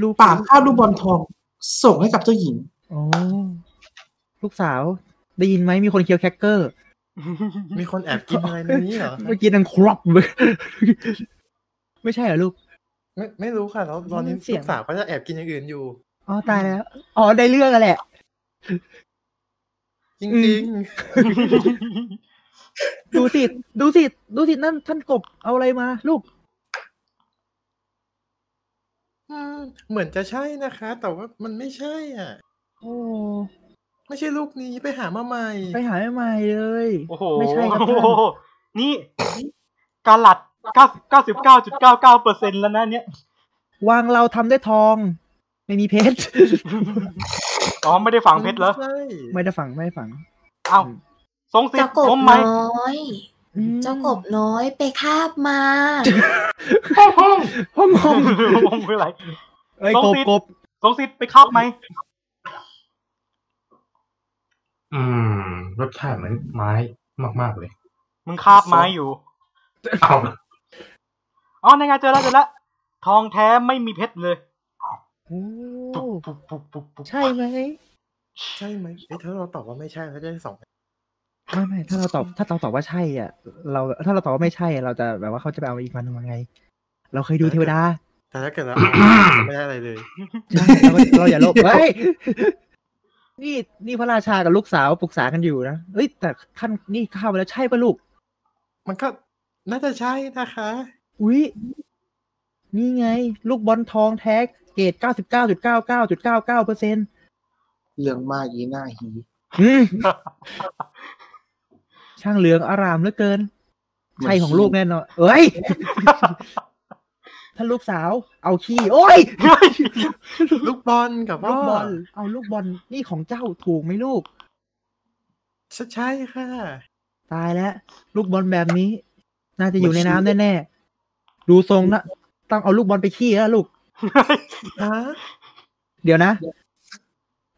ลูก ปากข้าวลูกบอลทอง ส่งให้กับเจ้าหญิง โอ้ลูกสาว ได้ยินไหมมีคนเคี้ยวแคคเกอร์ มีคนแอบกินอะไรในนี้เหรอ เมื่อกี้นังครอบเลย ไม่ใช่เหรอลูก ไม่ไม่รู้ค่ะ แล้วตอนนี้ เสีย ลู ง กสาวก็จะแอบกินอย่างอื่นอยู่ อ๋อตายแล้ว อ๋อได้เรื่องอะแหละ จ อื ริง ม ดูสิดูสิดูสินั่นท่านกบเอาอะไรมา ลูก ๆอืมเหมือนจะใช่นะคะ แต่ว่ามันไม่ใช่อ่ะ โอ้ ไม่ใช่ลูกนี้ไปหามาใหม่ ไปหาใหม่ๆเลย โอ้โห ไม่ใช่ครับท่าน โอ้โหนี่กาลัดเก้าเก้าสิบเก้าจุดเก้าเก้าเปอร์เซ็นต์แล้วนะเนี่ย วางเราทำได้วยทอง ไม่มีเพชร อ๋อไม่ได้ฝังเพชรเหรอ ไม่ใช่ ไม่ได้ฝังไม่ได้ฝัง เอ้าทรงสิท เจ้า ธิ์ ก ผ บ มไหม น้อย อืม เจ้ากบน้อยไปคาบมา พ่อมอม ผม คืออะไร เอ้ย ต้ ก อง บ ติด กบ ทรงสิทธิ์ไปคาบไหม อืมรสชาติเหมือนไม้มากๆเลย มึงคาบไม้อยู่ เอา อ๋อในงานเจอแล้วเจอแล้วทองแท้ไม่มีเพชรเลย โอ้ ปุ๊บปุ๊บปุ๊บปุ๊บปุ๊บ ใช่ไหม ใช่ไหมเอ้ยถ้าเราตอบว่าไม่ใช่เราจะได้สอง ไม่ไม่ถ้าเราตอบถ้าเราตอบว่าใช่อ่ะ เราถ้าเราตอบว่าไม่ใช่อะเราจะแบบว่าเขาจะไปเอาอีกมันมาไง เราเคยดูเทวดา แต่ถ้าเกิดเราเอาไม่ได้อะไรเลย ใช่เราเราอย่าโลภเฮ้ย นี่นี่พระราชากับลูกสาวปรึกษากันอยู่นะเอ้ยแต่ท่านนี่เข้าไปแล้วใช่ปะลูก มันก็น่าจะใช่นะคะ อุ้ยนี่ไง ลูกบอลทองแท็กเกรดเก้าสิบเก้าจุดเก้าเก้าจุดเก้าเก้าเปอร์เซ็นต์ เหลืองมากยีหน้าหี ช่างเหลืองอารามเหลือเกิน มัน ใช่ของลูกแน่นอน เอ้ย ถ้าลูกสาว เอาขี้โอ้ย ลูกบอลกับ ลูกบอพล่ เอาลูกบอลนี่ของเจ้าถูกไหมลูก ใช่ใช่ค่ะ ตายแล้ว ลูกบอลแบบนี้ น่าจะอยู่ในน้ำแน่ๆ ดูทรงนะต้องเอาลูกบอลไปขี้แล้วลูก ฮะ เดี๋ยวนะ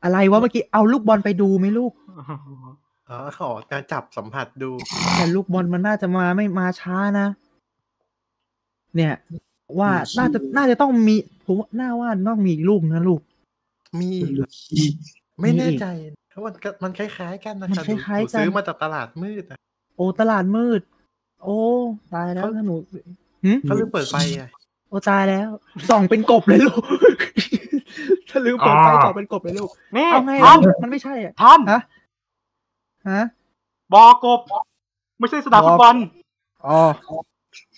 อะไรวะเมื่อกี้เอาลูกบอลไปดูไหมลูก อ๋อขอการจับสัมผัสดู แต่ลูกบอลมันน่าจะมาไม่มาช้านะ เนี่ย ว่า อืม น่าจะน่าจะต้องมีผมว่าน่าว่าต้องมีอีกลูกนะลูก มี หี ไม่แน่ใจเพราะมันก็มันคล้ายๆกันนะ มั คะ น หนู คล้ายๆ หนูซื้อ กัน มาจากตลาดมืดอะ โอ้ตลาดมืด โอ้ตายแล้วถ้าหนู เขาลืมเปิดไฟอะ โอ้ตายแล้วส่องเป็นกบเลยลูก ถ้าลืมเปิดไฟส่องเป็นกบเลยลูก นี่ เอาไง ท่า ล่ะ น มันไม่ใช่อ่ะ ท่าน ฮะ ฮะ บอกบ ไม่ใช่สนามฟุตบอล อ๋อ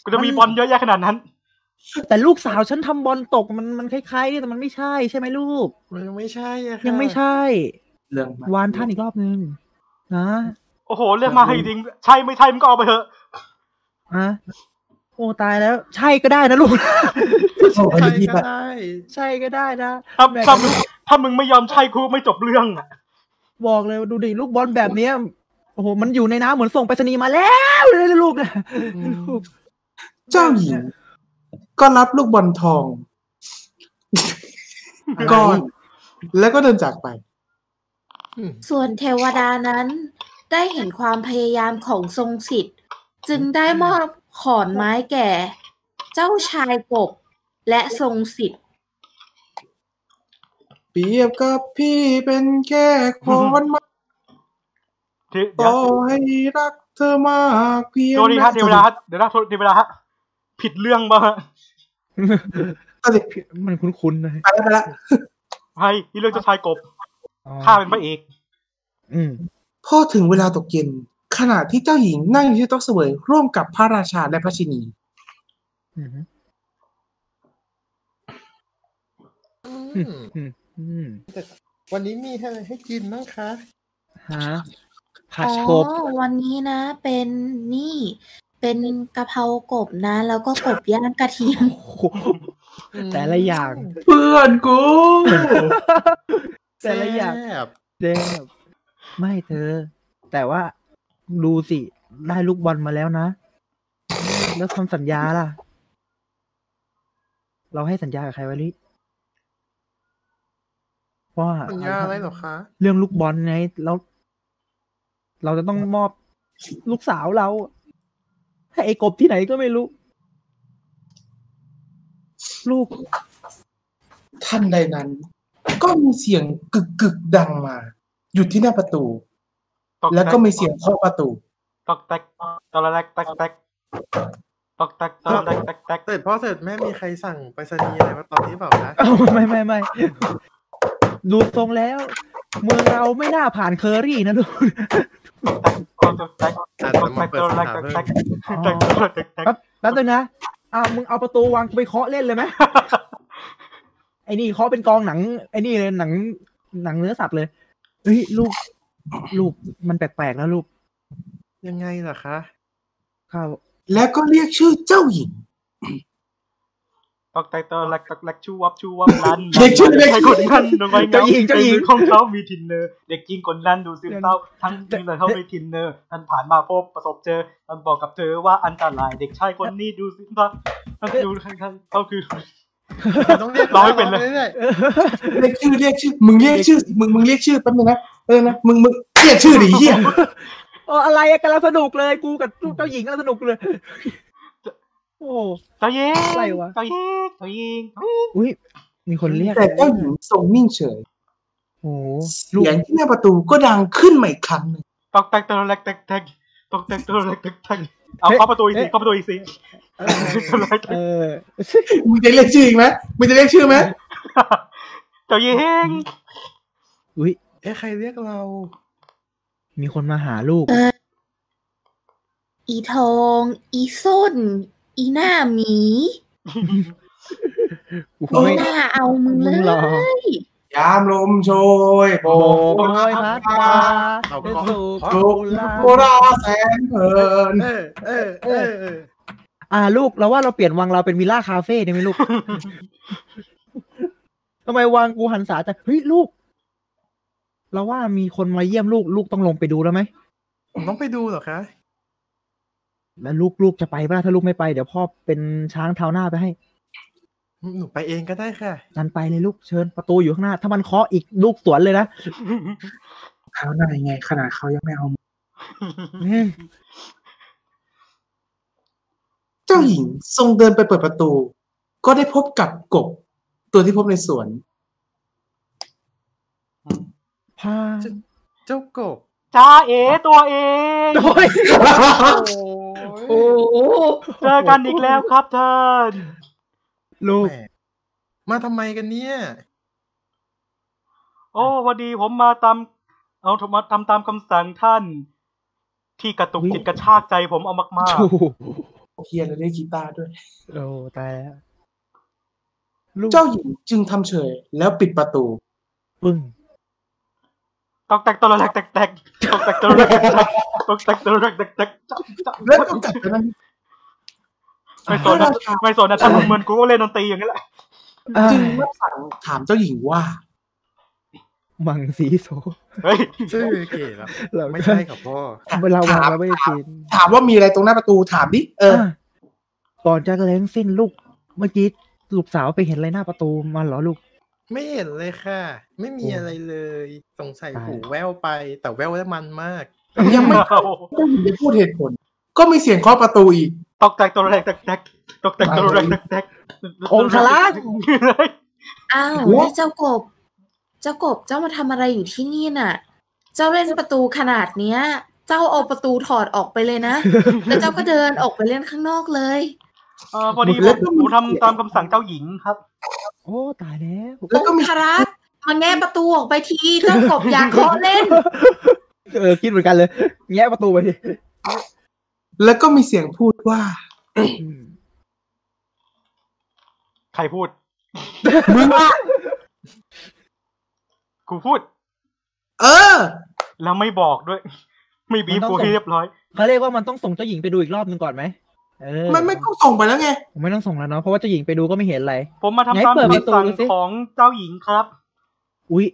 กูจะมี มับอนลเยอะแยะขนาดนั้น แต่ลูกสาวฉันทำบอลตกมันมันคล้ายๆนี่แต่มันไม่ใช่ใช่ไหมลูก มันยังไม่ใช่อะค่ะ ยังไม่ใช่ เหลืองมก วานท่านอีกรอบนึงนะ โอ้โห เลือกมาให้จริงใช่ไม่ใช่มึงก็เอาไปเถอะ ฮะโอ้ตายแล้ว ใช่ก็ได้นะลูก โอ้โหอัน ใช่ นี้พี่ ก็ แบบ ได้ ใช่ก็ได้นะ ถ้า แม่ง ถ้ามึงถ้ามึงไม่ยอมใช่กูไม่จบเรื่องอะ บอกเลยว่าดูดิลูกบอลแบบเนี้ยโอ้โหมันอยู่ในน้ำเหมือนส่งไปรษณีย์มาแล้ว เลยนะลูกนะ อืม ลูก เจ้าหญิง ก็รับลูกบอลทอง ก่อน แล้วก็เดินจากไป อืม ส่วนเทวดานั้น ได้เห็นความพยายามของทรงสิทธิ์ จึงได้มอบขอนไม้แก่ เจ้าชายกบและทรงสิทธิ์ เปรียบกับพี่เป็นแค่คนมา ที่ ต่อให้รักเธอมากเพียง โทษทีฮะเทวดาฮะเดี๋ยวนะโทษทีเวลาฮะผิดเรื่องป่ะฮะ เอาสิ มันคุ้นๆนะ ไปแล้วไปแล้ว ไอ้ที่เรื่องเจ้าชายกบ อ๋อ ข้าเป็นพระเอก อืม พอถึงเวลาตกเย็น ขณะที่เจ้าหญิงนั่งอยู่ที่โต๊ะเสวยร่วมกับพระราชาและพระชินี อืม อืม อืมอืม วันนี้มีอะไรให้กินบ้างคะ ฮะผัด อ๋ ก อบ วันนี้นะ เป็นนี่ เป็นกะเพรากบนะ แล้วก็กบย่างกระเทียม โอ้โห แต่ละอย่าง เพื่อนกู แต่ละอย่าง แซ่บ เด้บไม่เธอ แต่ว่าดูสิ ได้ลูกบอลมาแล้วนะ แล้วคำสัญญาล่ะ เราให้สัญญากับใครไว้ลิว่า สัญญาอะไรเหรอคะ เรื่องลูกบอลไงแล้ว เราจะต้องมอบลูกสาวเรา ให้ไอ้กบที่ไหนก็ไม่รู้ ลูก ท่านใดนั้น ก็มีเสียงกึกกึกๆดังมา หยุดที่หน้าประตู ตอก แล้วก็ ต มีเสียงเคาะประตู ตอกแตกตอกแตกตอกแตกตอกแตกตอกแตกตอกแตก เสร็จพ่อเสร็จแม่มีใครสั่งไปรษณีย์อะไรมาตอนนี้เปล่าคะ เอา ไม่ไม่ไม่ดูทรงแล้ว เมืองเราไม่น่าผ่านเคอรี่นะลูก ตอกแตก อาจ ตอกจะแต มาก เปิด ตอก ส แต นาก ม ตอกแตกตเพิ่มอกแตกตอกแตก แป๊บแป๊บนึงนะอ้าวมึงเอาประตูวางไปเคาะเล่นเลยไหม ไอ้นี่เคาะเป็นกองหนัง ไอ้นี่เลยหนัง หนังเนื้อสัตว์เลย เฮ้ยลูก ลูกมันแปลกๆแล้วลูก ยังไงเหรอคะ ข้าว แล้วก็เรียกชื่อเจ้าหญิง ตอกแตกตอกแตกตอกแตกชูวับชูวับลัน เด็กชื่อเด็ก ใครคนนั้นลงไปเงาในมือของเขามีทินเนอร์ เด็กจริงคนนั้นดูซึมเศร้าทั้งจริงแต่เขาไม่ทินเนอร์ท่านผ่านมาพบประสบเจอท่านบอกกับเธอว่าอันตรายเด็กชายคนนี้ดูซึมเศร้าท่านดูข้างๆเขาคือ ต้องเรียก ร้องไม่เป็นเลย รื่อ เออ เรียกชื่อเรียกชื่อ มึงเรียกชื่อ มึงมึงเรียกชื่อแป๊บนึงนะเออนะมึงมึงเรียกชื่อดิเหี้ย เอออะไรอะกำลังสนุกเลยกูกับลูกเจ้าหญิงกำลังสนุกเลย โอ้ เจ้าเย่ อะไรวะ เจ้าเย่เจ้าเย่ อุ้ยมีคนเรียก แต่เจ้าหญิงทรงนิ่งเฉย โอ้โหลูก เสียงที่หน้าประตูก็ดังขึ้นใหม่ครั้งหนึ่ง ตอกแตกตอกแตกตอกแตกตอกแตกตอกแตกตอกแตกเอาเข้าประตูอีกสิเข้าประตูอีกสิ ง เออ มึงจะเรียกชื่ออีกไหมมึงจะเรียกชื่อไหม เจ้าเย่ อุ้ย เอ๊ะใครเรียกเรา มีคนมาหาลูก อีทอง อีส้น อีหน้าหมี กู อี ไม่ หน้าเอามึง มึ เล งหรอย ยามลมโชยโบ โบ ก ยพัดมา เอาไปก่เป็นอน สุข โบก ลา โบราแสนเพลิน เออ เออ เออเออ อ่าลูกเราว่าเราเปลี่ยนวังเราเป็นวิลล่าคาเฟ่ได้ไหมลูกทำไมวังกูหันสาแต่เฮ้ยลูก เราว่ามีคนมาเยี่ยมลูกลูกต้องลงไปดูแล้วไหม ผมต้องไปดูเหรอคะ แล้วลูกลูกจะไปป่ะล่ะถ้าลูกไม่ไปเดี๋ยวพ่อเป็นช้างเท้าหน้าไปให้ หนูไปเองก็ได้ค่ะ นันไปเลยลูกเชิญประตูอยู่ข้างหน้า ถ้ามันเคาะอีกลูกสวนเลยนะ เขาหน่อยไง ขนาดเขายังไม่เอา อืม เจ้าหญิงทรงเดินไปเปิดประตู ก็ได้พบกับกบ ตัวที่พบในสวน พา จะ เจ้ากบ จ้าเอ๋ตัวเอง โอ้ย โอ้ โอ้โห เจอกันอีกแล้วครับเธอ ลูก แหมมาทำไมกันเนี่ย โอ้พอดีผมมาตามเอาผมมาทำตามคำสั่งท่าน ที่กระตุกจิตกระชากใจผมเอามาก โอ้โห เฮียแล้วได้กีตาร์ด้วย โอ้ตายแล้วลูก เจ้าหญิงจึงทำเฉย แล้วปิดประตู ปึ้ง ๆตอกแตกตอกแตกแตกแตกตอกแตกตอกแตกแตกตอกแตกตอกแตกแตกแตกจ๊ะจ๊ะ แล้วก็กลับไปนั่ง ไม่สนนะไม่สนนะถ้ามึงเหมือนกูก็เล่นดนตรีอย่างนี้แหละ อ้า จึง ย รับสั่งถามเจ้าหญิงว่า มังสีโซ เฮ้ย ชื่อเก๋แล้ว เรา ไม่ใช่ครับพ่อ เวลาวางเราไม่ได้กิน ถามว่ามีอะไรตรงหน้าประตูถามดิเออ ะก่อนจะเล้งสิ้นลูก เมื่อกี้ลูกสาวไปเห็นอะไรหน้าประตูมันเหรอลูก ไม่เห็นเลยค่ะ ไม่มีอะไรเลย สงสัยหูแววไป แต่แววแล้วมันมาก ยังไม่ โอ้โห เจ้าหญิงได้พูดเหตุผล ก็มีเสียงเคาะประตูอีก ตอกแตกตอกแตกแตกแตกตอกแตกตอกแตกแตกแตก องคลักษณ์ เฮ้ย อ้าว โอ้โห แล้วเจ้ากบ เจ้ากบเจ้ามาทำอะไรอยู่ที่นี่น่ะ เจ้าเล่นประตูขนาดเนี้ย เจ้าเอาประตูถอดออกไปเลยนะ แล้วเจ้าก็เดินออกไปเล่นข้างนอกเลย เออพอดีผมผมทำตามคำสั่งเจ้าหญิงครับ โอ้ตายแล้ว แล้วก็มี องคารักษ์มาแง่ประตูออกไปทีเจ้ากบอยากเคาะเล่น เออคิดเหมือนกันเลย แงะประตูไปดิ แล้วก็มีเสียงพูดว่า ใครพูด มึงว่า กูพูด เออ แล้วไม่บอกด้วย ไม่บีบกูให้เรียบร้อย เขาเรียกว่ามันต้องส่งเจ้าหญิงไปดูอีกรอบหนึ่งก่อนไหมเออ มันไม่ก็ส่งไปแล้วไง ผมไม่ต้องส่งแล้วเนาะเพราะว่าเจ้าหญิงไปดูก็ไม่เห็นอะไร ผมมาทำ ไหน ตาม เปิดประ คำ ตู สั่ง ดูสิ ของเจ้าหญิงครับ อุ๊ย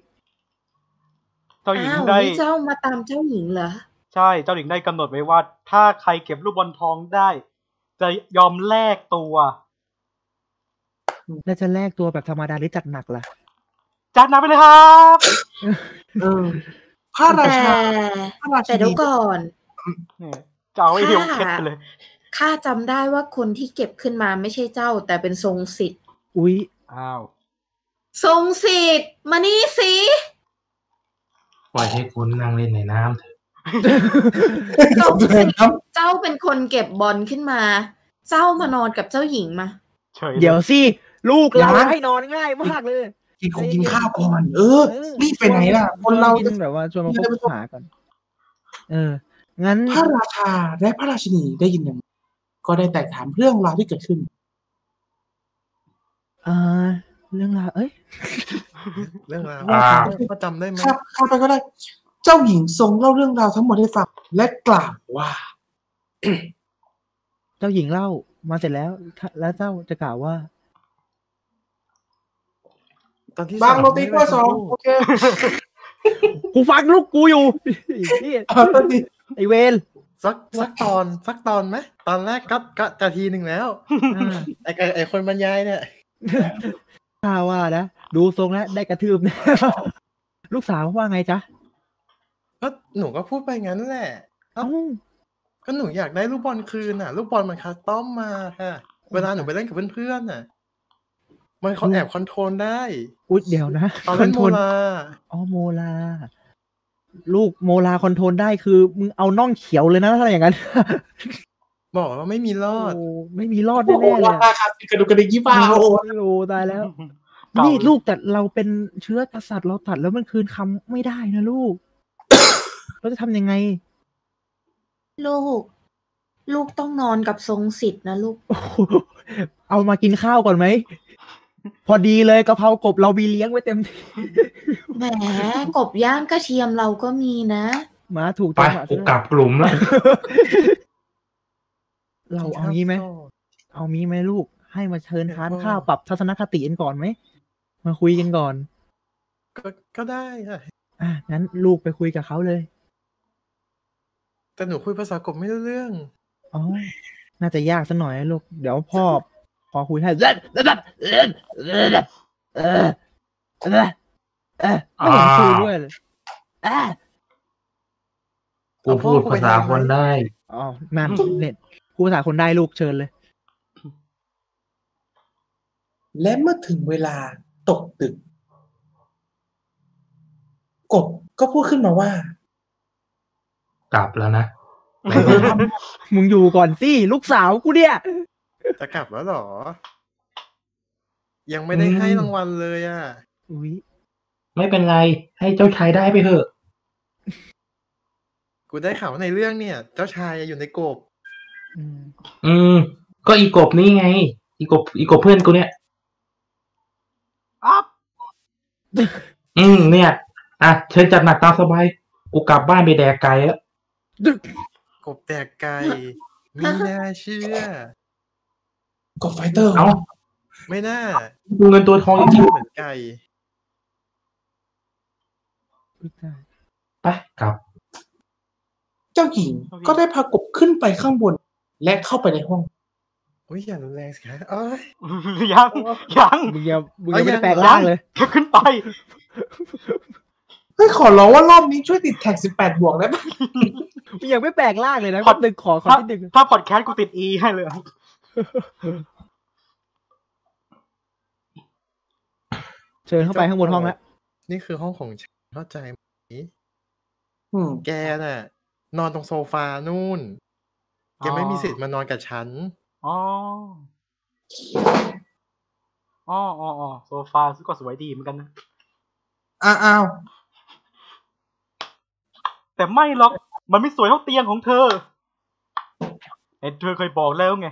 เจ้าหญิง อ้าว ได้ นี่เจ้ามาตามเจ้าหญิงเหรอ ใช่ เจ้าหญิงได้กำหนดไว้ว่า ถ้าใครเก็บลูกบอลทองได้ จะยอมแลกตัว แล้วจะแลกตัวแบบธรรมดาหรือจัดหนักล่ะ จัดหนักไปเลยครับ เออ พระรา แต่ ชาพระรา แต่ ชา เดี๋ยวก่อน เนี่ยจะเอาไอ้เหียวเคล็ดไปเลย ข้าจำได้ว่าคนที่เก็บขึ้นมาไม่ใช่เจ้า แต่เป็นทรงสิทธิ์ อุ๊ย อ้าว ทรงสิทธิ์มานี่สิ ปล่อยให้คุณนั่งเล่นในน้ำเถอะ ทรงสิทธิ์ ครับ เจ้าเป็นคนเก็บบอลขึ้นมา เจ้ามานอนกับเจ้าหญิงมา เฉย เดี๋ยวสิ ลูกเรา นะ ให้นอนง่ายมากเลย กินของกินข้าวก่อน เออ รีบไปไหนล่ะ คนเรา ชว จะ กิแบบว่าชวนมา จะ พ ได้ บ ไม่ต้อง หากันเออ งั้น พระราชาและพระราชินีได้ยินดังนั้นก็ได้แต่ถามเรื่องราวที่เกิดขึ้น อ่าเรื่องราวเอ้ย เรื่องราว อ่า ก็จำได้ไหม ข้าข้าไปก็ได้ เจ้าหญิงทรงเล่าเรื่องราวทั้งหมดให้ฟัง และกล่าวว่า เจ้าหญิงเล่ามาเสร็จแล้วถ้าแล้วเจ้าจะกล่าวว่า ตอนที่ บางโรตีกล้วยสองโอเค กูฟังลูกกูอยู่ไอ้เหี้ย เออต้นดี ไอเวร สักสักตอนสักตอนไหมตอนแรกก็ก็จะทีหนึ่งแล้ว อ่า ไอไอ้ไอคนบรรยายเนี่ย ถ้าว่านะ ดูทรงแล้วได้กระทืบแน่ ลูกสาวว่าไงจ๊ะ ก็หนูก็พูดไปงั้นแหละ เอ้า ก็หนูอยากได้ลูกบอลคืนน่ะ ลูกบอลมันคัสตอมมาค่ะ เวลาหนูไปเล่นกับเพื่อนๆน่ะ มันคอนแอบคอนโทรลได้ อุ๊ยเดี๋ยวนะ ตอนเล่นโม ล ลา อ๋อโมลา ลูกโมลาคอนโทรลได้คือมึงเอาน่องเขียวเลยนะถ้าอย่างนั้น บอกว่าไม่มีรอด โอ้ไม่มีรอด โอ้โห แน่ๆเลย รา อะ คาครับกระดูกกระดิกยี่ฟ้าโอ้โห ไม่รู้ตายแล้ว ก่า นี่ลู นี่ กแต่เราเป็นเชื้อกษัตริย์เราตัดแล้วมันคืนคำไม่ได้นะลูก เราจะทำยังไง ลูก ลูกต้องนอนกับทรงสิทธิ์นะลูก โอ้โหเอามากินข้าวก่อนไหม พอดีเลยกะเพรากบเรามีเลี้ยงไว้เต็ม ที่ แหมกบย่างกระเทียมเราก็มีนะ หมาถูก ไป จังหวะ กูกลับกลุ่มแล้ว เราเอางี้ไหม เอางี้ไหมลูก ให้มาเชิญทานข้าวปรับทัศนคติกันก่อนไหม มาคุยกันก่อน ก็ก็ได้ค่ะ อ่ะงั้นลูกไปคุยกับเขาเลย แต่หนูคุยภาษากบไม่รู้เรื่อง อ๋อ น่าจะยากสักหน่อยนะลูก เดี๋ยวพ่อพอคุยให้ เออเออเออไม่เห็นคุยด้วยเลยอ่ะ กูพูดภาษาคนได้ อ๋อนั่นเน็ตผู้ภาษาคนได้ลูกเชิญเลย และเมื่อถึงเวลาตกดึก กบก็พูดขึ้นมาว่า กลับแล้วนะ มึงอยู่ก่อนสิ ลูกสาวกูเนี่ย จะกลับแล้วเหรอ ยังไม่ได้ อืม ให้รางวัลเลยอ่ะ อุ๊ย ไม่เป็นไร ให้เจ้าชายได้ไปเถอะ กูได้ข่าวว่าในเรื่องเนี่ย เจ้าชายอยู่ในกบ อืม อืม ก็อีกบนี่ไง อีกบ อีกบเพื่อนกูเนี่ย อ๊อบ อืม เนี่ย อ่ะ เชิญจัดหนักตามสบาย กูกลับบ้านไปแดกไก่แล้ว กบแตกไก่ ไม่น่าเชื่อ กบไฟเตอร์ เอ้า ไม่น่า กูเงินตัวทองจริง เหมือนไก่ ๆไปกลับ เจ้าหญิง ก็ได้พากบขึ้นไปข้างบน และเข้าไปในห้อง อุ้ยอย่ารุนแรงสิคะเอ้ย ยังยัง มึงยังมึงยังไม่ได้แปลง เอายัง ร่างเลย จะขึ้นไป เฮ้ยขอร้องว่ารอบนี้ช่วยติดแท็กสิบแปดบวกได้ปะ มึงยังไม่แปลงร่างเลยนะ ข ข อ อดึงขอขอ ถ้า ที่ดึง ถ้าพอดแคสต์กูติด E ให้เลย เชิญเข้าไปข้างบนห้องแล้ว นี่คือห้องของฉันเข้าใจไหม อืม แกน่ะ นอนตรงโซฟานู่น แกไม่มีสิทธิ์มานอนกับฉัน อ๋อ อ๋ออ๋ออ๋อโซฟาก็สวยดีเหมือนกันนะ อ้าวอ้าว แต่ไม่หรอก มันไม่สวยเท่าเตียงของเธอไอ้เธอเคยบอกแล้วไง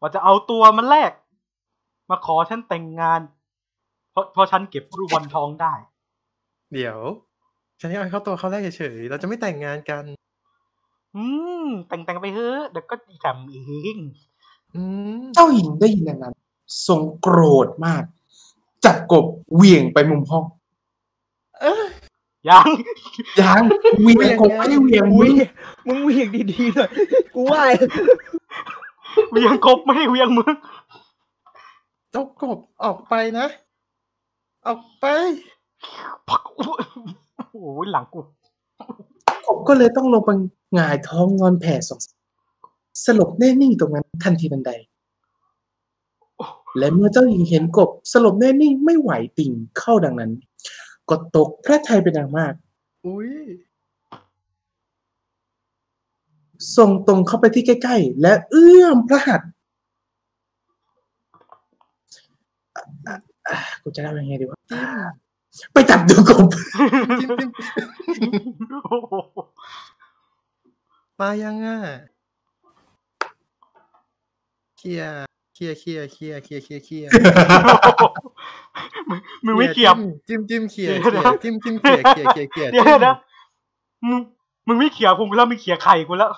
ว่าจะเอาตัวมันแลก มาขอฉันแต่งงาน เพราะเพราะฉันเก็บรูปวันทองได้ เดี๋ยว ฉันจะเอาเข้าตัวเขาได้เฉยๆ เราจะไม่แต่งงานกัน อืม แต่งแต่งไปเถอะเดี๋ยวก็ดีแถมอีก อืม เจ้าหญิงได้ยินดังนั้นทรงโกรธมาก จับกบเหวี่ยงไปมุมห้อง ยัง ยังเหวี่ยงกบไม่ได้เหวี่ยง อุ๊ มึ ย ง มึงเหวี่ยงดีๆเลยกูว่า เวียงกบไม่ให้เวียงมึง เจ้ากบออกไปนะ ออกไป พักอุ๊ยโอ้ยหลังกู กบก็เลยต้องลงไปหงายท้องนอนแผ่สองสลบแน่นิ่งตรงนั้นทันทีทันใด และเมื่อเจ้าหญิงเห็นกบสลบแน่นิ่งไม่ไหวติ่งเข้าดังนั้น ก็ตกพระทัยเป็นอย่างมาก อุ้ย ทรงตรงเข้าไปที่ใกล้ๆ และเอื้อมพระหัตถ์อ่ะอ่ะกูจะเล่ายังไงดีวะไปจับดูกบ โอ้โห มายังอ่ะเคลียร์เคลียร์เคลียร์เคลียร์เคลียร์เคลียร์เคลียร์ มึงมึง ไม่เกียบ จิ้มจิ้มเคลียร์ เดี๋ เคลี ยวย นะ ร์จิ้มจิ้มเคลียร์เคลียร์เคลียร์เคลียร์ เดี๋ยวนะมึงมึงไม่เขี่ยพุงกูแล้วมึงเขี่ยไข่กูแล้ว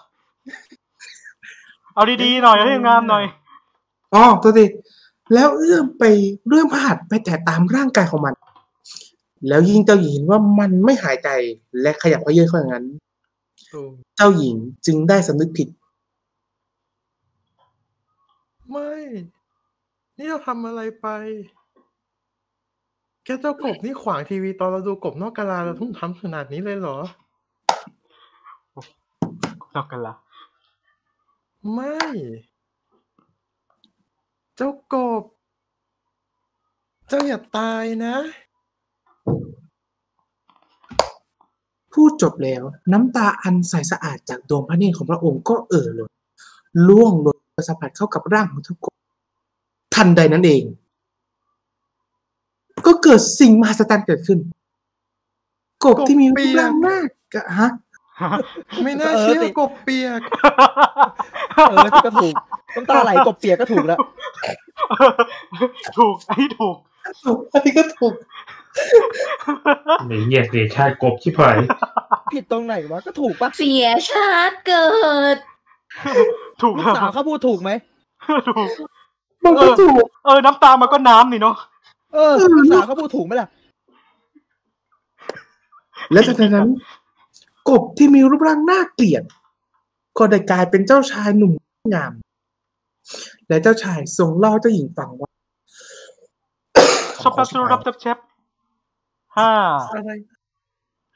เอาดีๆหน่อยให้งามหน่อย อ๋อตัวดิแล้วเอื้อมไปเรื่องพระหัตถ์ไปแต่ตามร่างกายของมัน แล้วยิ่งเจ้าหญิงเห็นว่ามันไม่หายใจและขยับเขยื้อนเข้าอย่างนั้น ตูม เจ้าหญิงจึงได้สำนึกผิด ไม่ นี่เราทำอะไรไป แกเจ้ากบนี่ขวางทีวีตอนเราดูกบนอกกาลาเราทุ่งทำขนาดนี้เลยเหรอ นอก กันละ ไม่ เจ้ากบ เจ้าอย่าตายนะ พูดจบแล้ว น้ำตาอันใสสะอาดจากดวงพระเนตรของพระองค์ก็เอ่อหล่นล่วงหล่นสัมผัสเข้ากับร่างของทุกคนทันใดนั้นเอง ก็เกิดสิ่งมหัศจรรย์เกิดขึ้น กบที่มีรูปร่างมากอะฮะ ไม่น่าเชื่อ เออสิ กบเปียก เออก็ถูกน้ำตาไหลกบเปียกก็ถูกแล้ว ถูกไอ้ถูก อันนี้ก็ถูก ไอ้เหี้ยเกลียดชาติกบชิบหาย ผิดตรงไหนวะก็ถูกปะ เสียชาติเกิด ถูก ลู แล้ กสาว ว เขาพูดถูกไหม ถูก มันก็ถูก เออ น้ำตามันก็น้ำนี่เนาะ เออลูกสาวเขาพูดถูกไหมล่ะ และจากนั้น กบที่มีรูปร่างน่าเกลียด ก็ได้กลายเป็นเจ้าชายหนุ่มงาม และเจ้าชายทรงเล่าเจ้าหญิงฟังว่า ชอบรับชอบรับจับเชฟห้า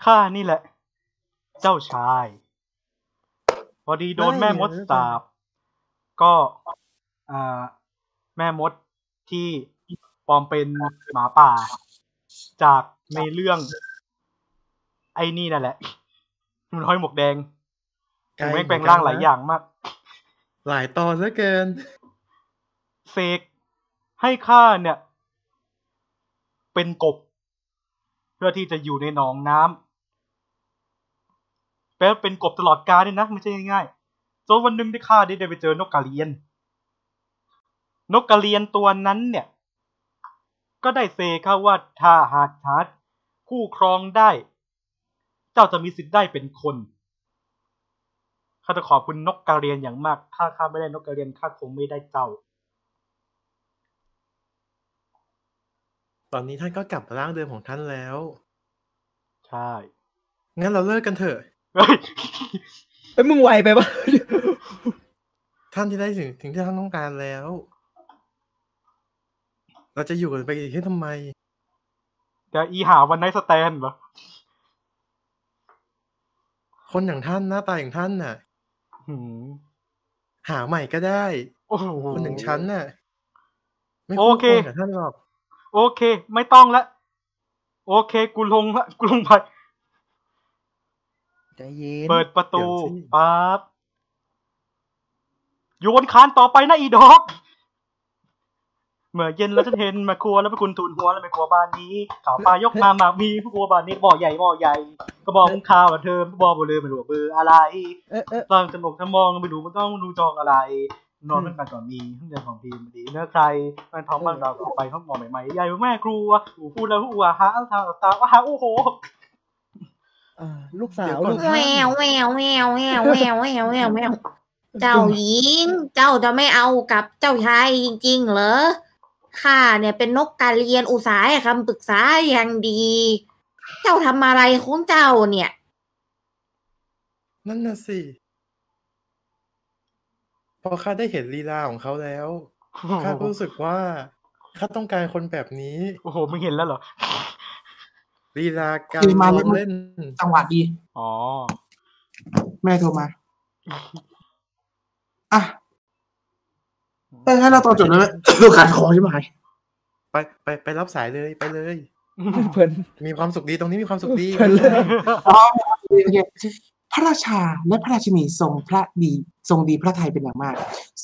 ข้านี่แหละ เจ้าชาย พอดีโดน ไม่ แม่มด เดี๋ยว สาบ ก็ อ่า แม่มดที่ปลอมเป็นหมาป่า จากในเรื่อง ไอ้นี่นั่นแหละ หนูน้อยหมวกแดง ไกล แม่งแปลงร่างหลาย เหมือนกันนะ อย่างมาก หลายตอนเหลือเกิน เสกให้ข้าเนี่ย เป็นกบ เพื่อที่จะอยู่ในหนองน้ำแปลว่าเป็นกบตลอดกาลเนี่ยนะไม่ใช่ง่ายๆจนวันหนึ่งที่ข้าได้ไปเจอนกกระเรียน นกกระเรียนตัวนั้นเนี่ย ก็ได้เซข้าว่าถ้าหากหาคู่ครองได้ เจ้าจะมีสิทธิ์ได้เป็นคนข้าจะขอบคุณนกกระเรียนอย่างมาก ถ้าข้าไม่ได้นกกระเรียนข้าคงไม่ได้เจ้า ตอนนี้ท่านก็กลับมาร่างเดิมของท่านแล้ว ใช่ งั้นเราเลิกกันเถอะ เฮ้ย เอ้ยมึงไวไปปะ ท่านที่ได้สิ่งสิ่งที่ท่านต้องการแล้ว เราจะอยู่กันไปอีกให้ทำไม จะอีหาวันไนท์สแตนเหรอ คนอย่างท่านหน้าตาอย่างท่านน่ะ หืม หาใหม่ก็ได้ โอ้โห คนอย่างฉันน่ะ ไม่ โอเค คู่รกับท่านหรอก โอเค ไม่ต้องละ โอเค กูลงละ กูลงไป ใจเย็น เปิดประตู เดี๋ยวสิ ปั๊บอยู่บนคานต่อไปนะอีดอกเมื่อเย็นแล้วฉันเห็นแมาครัวแล้วไปคุณทูนหัวแล้วไปครัวบ้านนี้ข่าวปลายกมาหมากมีผู้ครัวบ้านนี้บ่อใหญ่บ่อใหญ่ ก็บอกมึงข่าวเหรอเธอบ่อบ่เลยไม่รู้ว่าเบอร์อะไร เอ๊ะเอ๊ะ ตอนสนุกถ้ามองไม่รู้มันต้องดูจองอะไร นอนมันกันก่อนมีเรื่องของพีมดีเนื้อใครมันท้องบ้างเราต่อไปท้องหมอใหม่ๆใหญ่แม่ครูอ่ะหูพูดแล้วหัวฮะเอาทางเอาตาว่าฮะโอ้โห อ่าลูกสา เดี๋ยว วก่อน ลูก แววแววแววแววแววแววแววแววเจ้าหญิง เจ้าจะไม่เอากับเจ้าชายจริงๆเหรอข้าเนี่ยเป็นนกกาเรียนอุตสาหกรรมปรึกษาอย่างดี เจ้าทำอะไรของเจ้าเนี่ย นั่นน่ะสิ พอข้าได้เห็นลีลาของเขาแล้ว ข้าก็รู้สึกว่าข้าต้องการคนแบบนี้ โอ้โหมึงเห็นแล้วเหรอ ลีลาการ คือมา ล แล้ว อง มัน เล่น จังหวะดี อ๋อ แม่โทรมา อ่ะแต่ถ้าเราต่อจด แล้ว เราขาดของใช่ไหม ไปไปไปรับสายเลยไปเลย เพิ่น มีความสุขดีตรงนี้มีความสุขดี เพิ่นเลย โอเคพระราชาและพระราชินีทรงพระดีทรงดีพระทัยเป็นอย่างมาก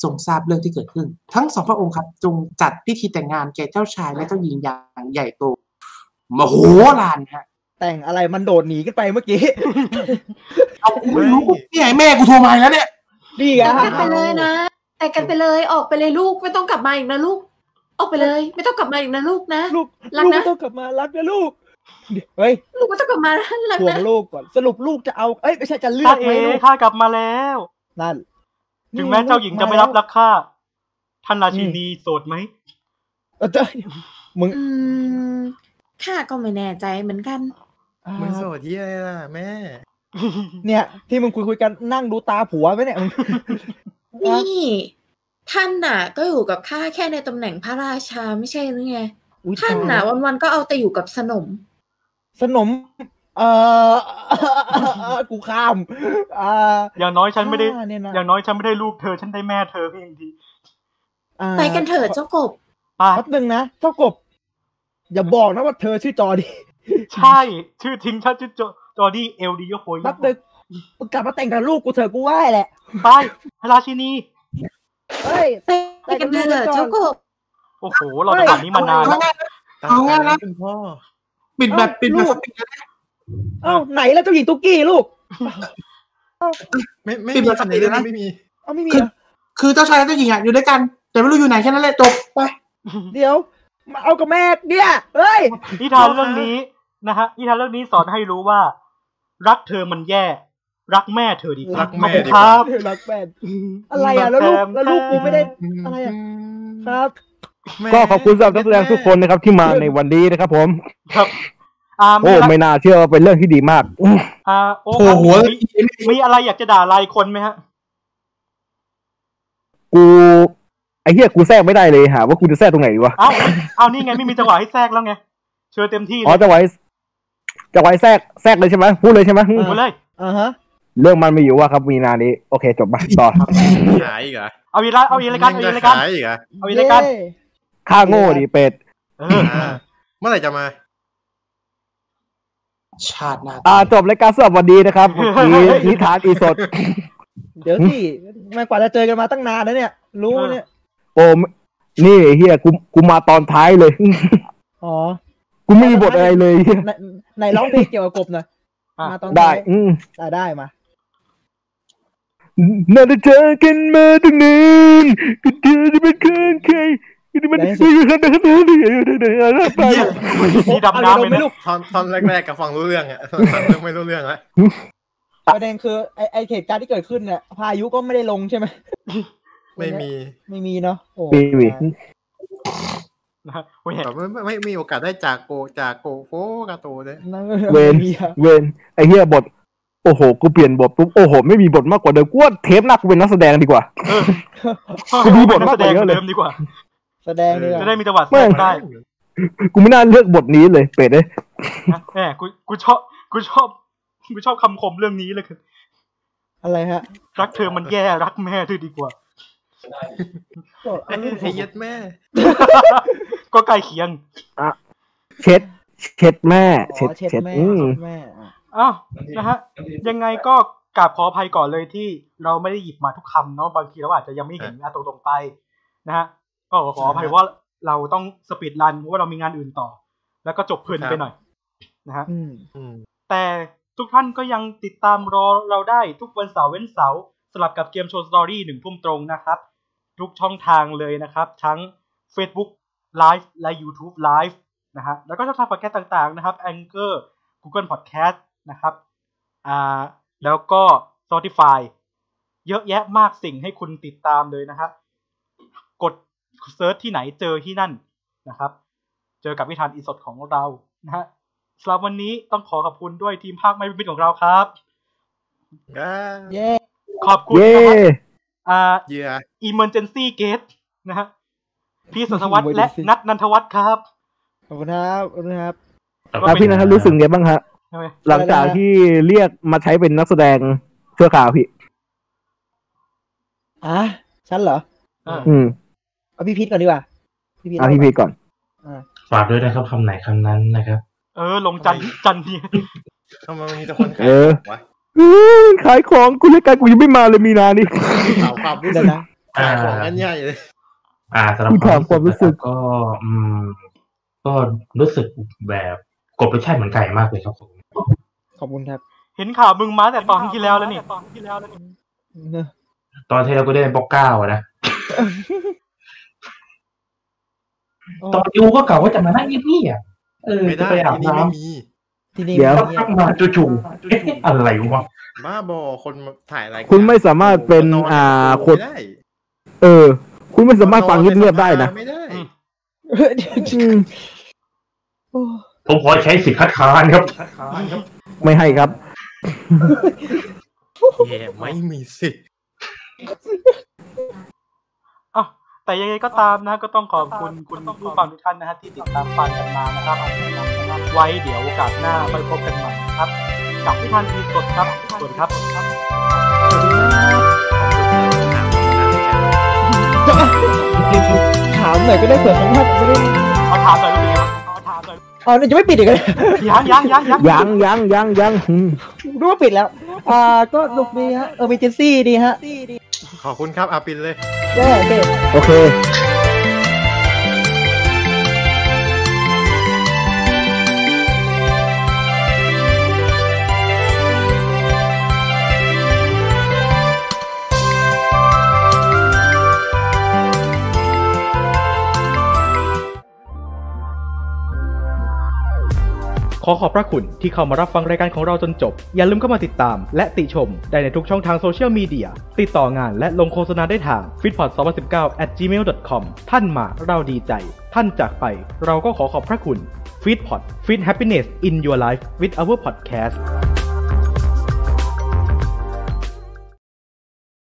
ทรงทราบเรื่องที่เกิดขึ้น ทั้งสองพระองค์ครับ จงจัดพิธีแต่งงานแก่เจ้าชายและเจ้าหญิงอย่างใหญ่โตมโหฬารฮะ แต่งอะไรมันโดดหนีกันไปเมื่อกี้ เอากูไม่รู้ เฮ้ย นี่ไงแม่กูโทรมาอีกแล้วเนี่ย นี่ไง แต่งกันไปเลยนะ แต่งกันไปเลยออกไปเลยลูกไม่ต้องกลับมาอีกนะลูก ออกไปเลย ไม่ต้องกลับมาอีกนะลูกนะ ลูก รั ลู กนะกไม่ต้องกลับมารักนะลูกเดี๋ยวเฮ้ย ลูกไม่ต้องกลับมานะรัก ห่วง นะ ลูกก่อนสรุปลูกจะเอาเอ้ยไม่ใช่จะเลือ ข้าก ไห เอ มลูก ข้ากลับมาแล้ว นั่น ถึงแม้เจ้าหญิงจะไม่รับรักข้า ท่านราชินีโสดไหม เออเจ้าหญิงมึง อืมข้าก็ไม่แน่ใจเหมือนกัน อ่า มึงโสดที่อะไรล่ะแม่ เนี่ย ที่มึงคุยคุยๆกันนั่งดูตาผัวไหมเนี่ยมึง นี่ ท่านน่ะ ก็อยู่กับข้าแค่ในตำแหน่งพระราชาไม่ใช่หรือไง อุ๊ย ท่านน่ะ วันๆก็เอาแต่อยู่กับสนม สนม เอ่อ กูข้ามอ่า อย่างน้อยฉันไม่ได้ ข้าเนี่ยนะ อย่างน้อยฉันไม่ได้ลูกเธอ ฉันได้แม่เธอเพียงที อ่า ไปกันเถิดเจ้ากบ ไป แป๊บนึงนะเจ้ากบ อย่าบอกนะว่าเธอชื่อจอดี ใช่ ชื่อทิ้งฉันชื่อจอจอร์ดี้เอลดิโยโคย แป๊บนึงมึงกลับมาแต่งกับลูกกูเถอะกูไหว้แหละ ไปราชินี เฮ้ย ไปกันเถิดเจ้ากบ โอ้โห เราจะแบบนี้มานาน เอา แล้ว ง่ายๆนะเอาละตาตาแล้วคุณพ่อ ปิดแบบปิเอ้าดแบบ ลูก ปิดแบบ เอ้าไหนแล้วเจ้าหญิงตุ๊กกี้ลูก ไม่ไม่ ปิด มี แบบ ในเรื่อง ปิดแบบ นี้ไม่มี เอ้าไม่มี คือ เหรอ คือเจ้าชายและเจ้าหญิงอะอยู่ด้วยกัน แต่ไม่รู้อยู่ไหนแค่นั้นแหละจบไป เดี๋ยวมาเอากับแม่เนี่ยเฮ้ย นิทานเรื่องนี้นะฮะนิทานเรื่องนี้สอนให้รู้ว่า รักเธอมันแย่ รักแม่เธอดีกว่า รักแม่ ขอบคุณ ดี ค กว่า รับ รักแฟน อะไรอ่ะแล้วลูกแล้วลูกกูไม่ได้ อะไรอ่ะ ครับ ก็ขอบคุณสำหรับนักแสดงทุกคนนะครับที่มาในวันนี้นะครับผม ครับอ่า โอ้ มีะร ไม่น่าเชื่อว่าเป็นเรื่องที่ดีมากอืม อ่าโอ้ โอ้โห ครับมีมีอะไรอยากจะด่าลายคนไหมฮะ กูไอ้เหี้ยกูแทรกไม่ได้เลยหาว่ากูจะแทรกตรงไหนดีวะ เอ้าเอานี่ไงไม่มีจังหวะให้แทรกแล้วไงเชิญเต็มที่ อ๋อ เลย จะไว้จะไว้แทรกแทรกเลยใช่ไหมพูดเลยใช่ไหมอืม หมดเลย อ่าฮะ เรื่องมันมีอยู่ว่าครับมีนานี้โอเคจบมาต่อ ขายอีกเหรอ เอาอีกแล้วเอาอีกรายการเอาอีกรายการ ขายอีกเหรอ เอาอีกรายการ ข้าโง่ดิเป็ด เออ อ่าเมื่อไหร่จะมา ชาติหน้า อ่าจบรายการสำหรับวันนี้ นะครับเมื่อกี้นิทานอีสด เดี๋ยวสิมันกว่าจะเจอกันมาตั้งนานแล้วเนี่ย รู้เนี่ย โอ้ไม่นี่ไอ้เฮียกูกูมาตอนท้ายเลย อ๋อ กูไม่มีบทอะไรเลย เหี้ย ไหนไหนร้องเพลงเกี่ยวกับกบหน่อย อ่ะ มาตอน ได้ ท้าย อืม อ่ะได้มา น่าจะเจอกันมาตั้งนานก็เธอจะเป็นเครื่องใครก็จะเป็นเครื่องใครก็จะเป็นเครื่องใครไป มีดำน้ำไหม เอาเร็วๆไม่ นะ ลูก ตอนตอนแรกๆกับฟังรู้เรื่องอะต อนหลังเรื่องไม่รู้เรื่องแล้ว ประเด็นคือไอไอเหตุการณ์ที่เกิดขึ้นเนี่ยพายุก็ไม่ได้ลงใช่ไหม ไม่มี ไม่มีเนาะโอ้ ปีวี นะฮะโอ้ย แบบไม่ไม่ไม่มีโอกาสได้จากโกจากโกโฟกาโตเลย เวน ไม่มีอะ เวนไอเฮียบท โอ้โห กูเปลี่ยนบทปุ๊บโอ้โห ไม่มีบทมากกว่าเดิมกูว่าเทปหนักเป็นนักแสดงดีกว่า กูมีบทมากกว่าเยอะเลย ดิมดีกว่า แสดงดีกว่า จะได้มีจังหวะแทรกได้ กูไม่น่าเลือกบทนี้เลยเป็ดเลย นะแหมกูกูชอบกูชอบกูชอบคำคมเรื่องนี้เลยคือ อะไรฮะ รักเธอมันแย่รักแม่เธอดีกว่า ไอ้เหี้ย็ดแม่ ก็ใกล้เคียง เช็ด เช็ดแม่ อ๋อ เช็ด เช็ด เช็ด แม่ อืม เช็ดแม่อ่ะ อ้าวนะฮะ ยังไงก็กราบขออภัยก่อนเลยที่เราไม่ได้หยิบมาทุกคำเนาะบางทีเราอาจจะยังไม่เห็นนะตรงๆไปนะฮะก็ขออภัยว่าเราต้องสปีดรันเพราะว่าเรามีงานอื่นต่อ แล้วก็จบเพลินไปหน่อยนะฮะ อืม อืม แต่ทุกท่านก็ยังติดตามรอเราได้ทุกวันเสาร์เว้นเสาร์สลับกับเกมโชว์สตอรี่หนึ่งทุ่มตรงนะครับ ทุกช่องทางเลยนะครับ ทั้ง Facebook Live และ YouTube Live นะฮะแล้วก็ช่องทางพอดแคสต์ต่างๆนะครับ Anchor Google Podcast นะครับอ่าแล้วก็ Spotify เยอะแยะมากสิ่งให้คุณติดตามเลยนะครับกดเซิร์ชที่ไหนเจอที่นั่นนะครับ เจอกับวิธานอีสดของเรานะฮะ สำหรับวันนี้ต้องขอขอบคุณด้วยทีมภาคไม่เป็นมิตรของเราครับ เย้ ขอบคุณนะเย้ครับอ่า เยื่อ emergency gate นะฮะพี่สัส วัตและนัทนันทวัฒน์ครับ ขอบคุณครับขอบคุณครับ ครับพี่นะครับรู้สึกไงบ้างฮะ ใช่ไหม หลังจากที่เรียกมาใช้เป็นนักแสดงชั่วคราวพี่ อ่ะฉันเหรอ เออ อืม เอาพี่พีทก่อนดีกว่า พี่พีท เอาพี่พีก่อน อ่ะ ฝากด้วยนะครับคำไหนคำนั้นนะครับ เออ ลงจันทร์จันทร์นี่ ทำไมมันมีแต่คนขาย เออ วะ อื้อขายของกูเรียกกันกูยังไม่มาเลยมีนานี่ ถามความรู้ เดี๋ สึกยวนะ ขายของกันใหญ่เลย อ่าสำหรับ คุณถามความรู้สึก นะบก็อืม ก็รู้สึกแบบกบรสชาติเหมือนไก่มากเลยครับผม ขอบคุณครับ เห็นข่าวมึงมาแต่ตอนที่แล้วแล้วนี่ตอนที่แล้วแล้วนี่ เนอะ ตอนที่เราก็ได้บล็อกเก้าอะนะ โอ้ ตอนยูก็กล่าวว่าจะมานั่งเงียบๆเออ ไม่ จะ ได้ ไปอาบ ที่นี่ไม่ น้ำ มี ทีนี้ เดี๋ยว ไม่ สัก มี พักมาจู่ๆเอ๊ะอะไรวะ บ้าบอคนมาถ่ายรายการ คุณไม่สามารถเป็น โโห อ่าคน ไม่ได้ เออ คุณไม่สามารถฟังเงียบๆได้นะ ไม่ได้ อืม โอ้ ผมขอใช้สิทธิ์คัดค้านครับ ไม่ให้ครับ แย่ไม่มีสิทธิ์ อ่ะแต่ยังไงก็ตามนะ ก็ต้องขอบคุณคุณผู้ฟังทุกท่านนะฮะที่ติดตามฟังกันมานะครับไว้เดี๋ยวโอกาสหน้าไปพบกันใหม่นะครับกับวิธานอีสดครับสวัสดีครับ ถามหน่อยก็ได้เผื่อครั้งหน้าจะไม่ได้ เอาถามหน่อยว่าเป็นไงบ้างเอาถามหน่อย อ๋อยังไม่ปิดอีกเลย ยังยังยังยัง ยังยังยังยังอืม รู้ว่าปิดแล้ว อ่า ก็ลุกดีฮะ เออเมจิซี่ดีฮะ ขอบคุณครับอาปินเลย แย่เด็ โอเค ขอขอบพระคุณที่เข้ามารับฟังรายการของเราจนจบ อย่าลืมเข้ามาติดตาม และติชมได้ในทุกช่องทางโซเชียลมีเดีย ติดต่องานและลงโฆษณาได้ทาง f i t p o d 2 0 1 9 gmail.com ท่านมาเราดีใจ ท่านจากไป เราก็ขอขอบพระคุณ f i t p o d f i t Happiness in Your Life with our podcast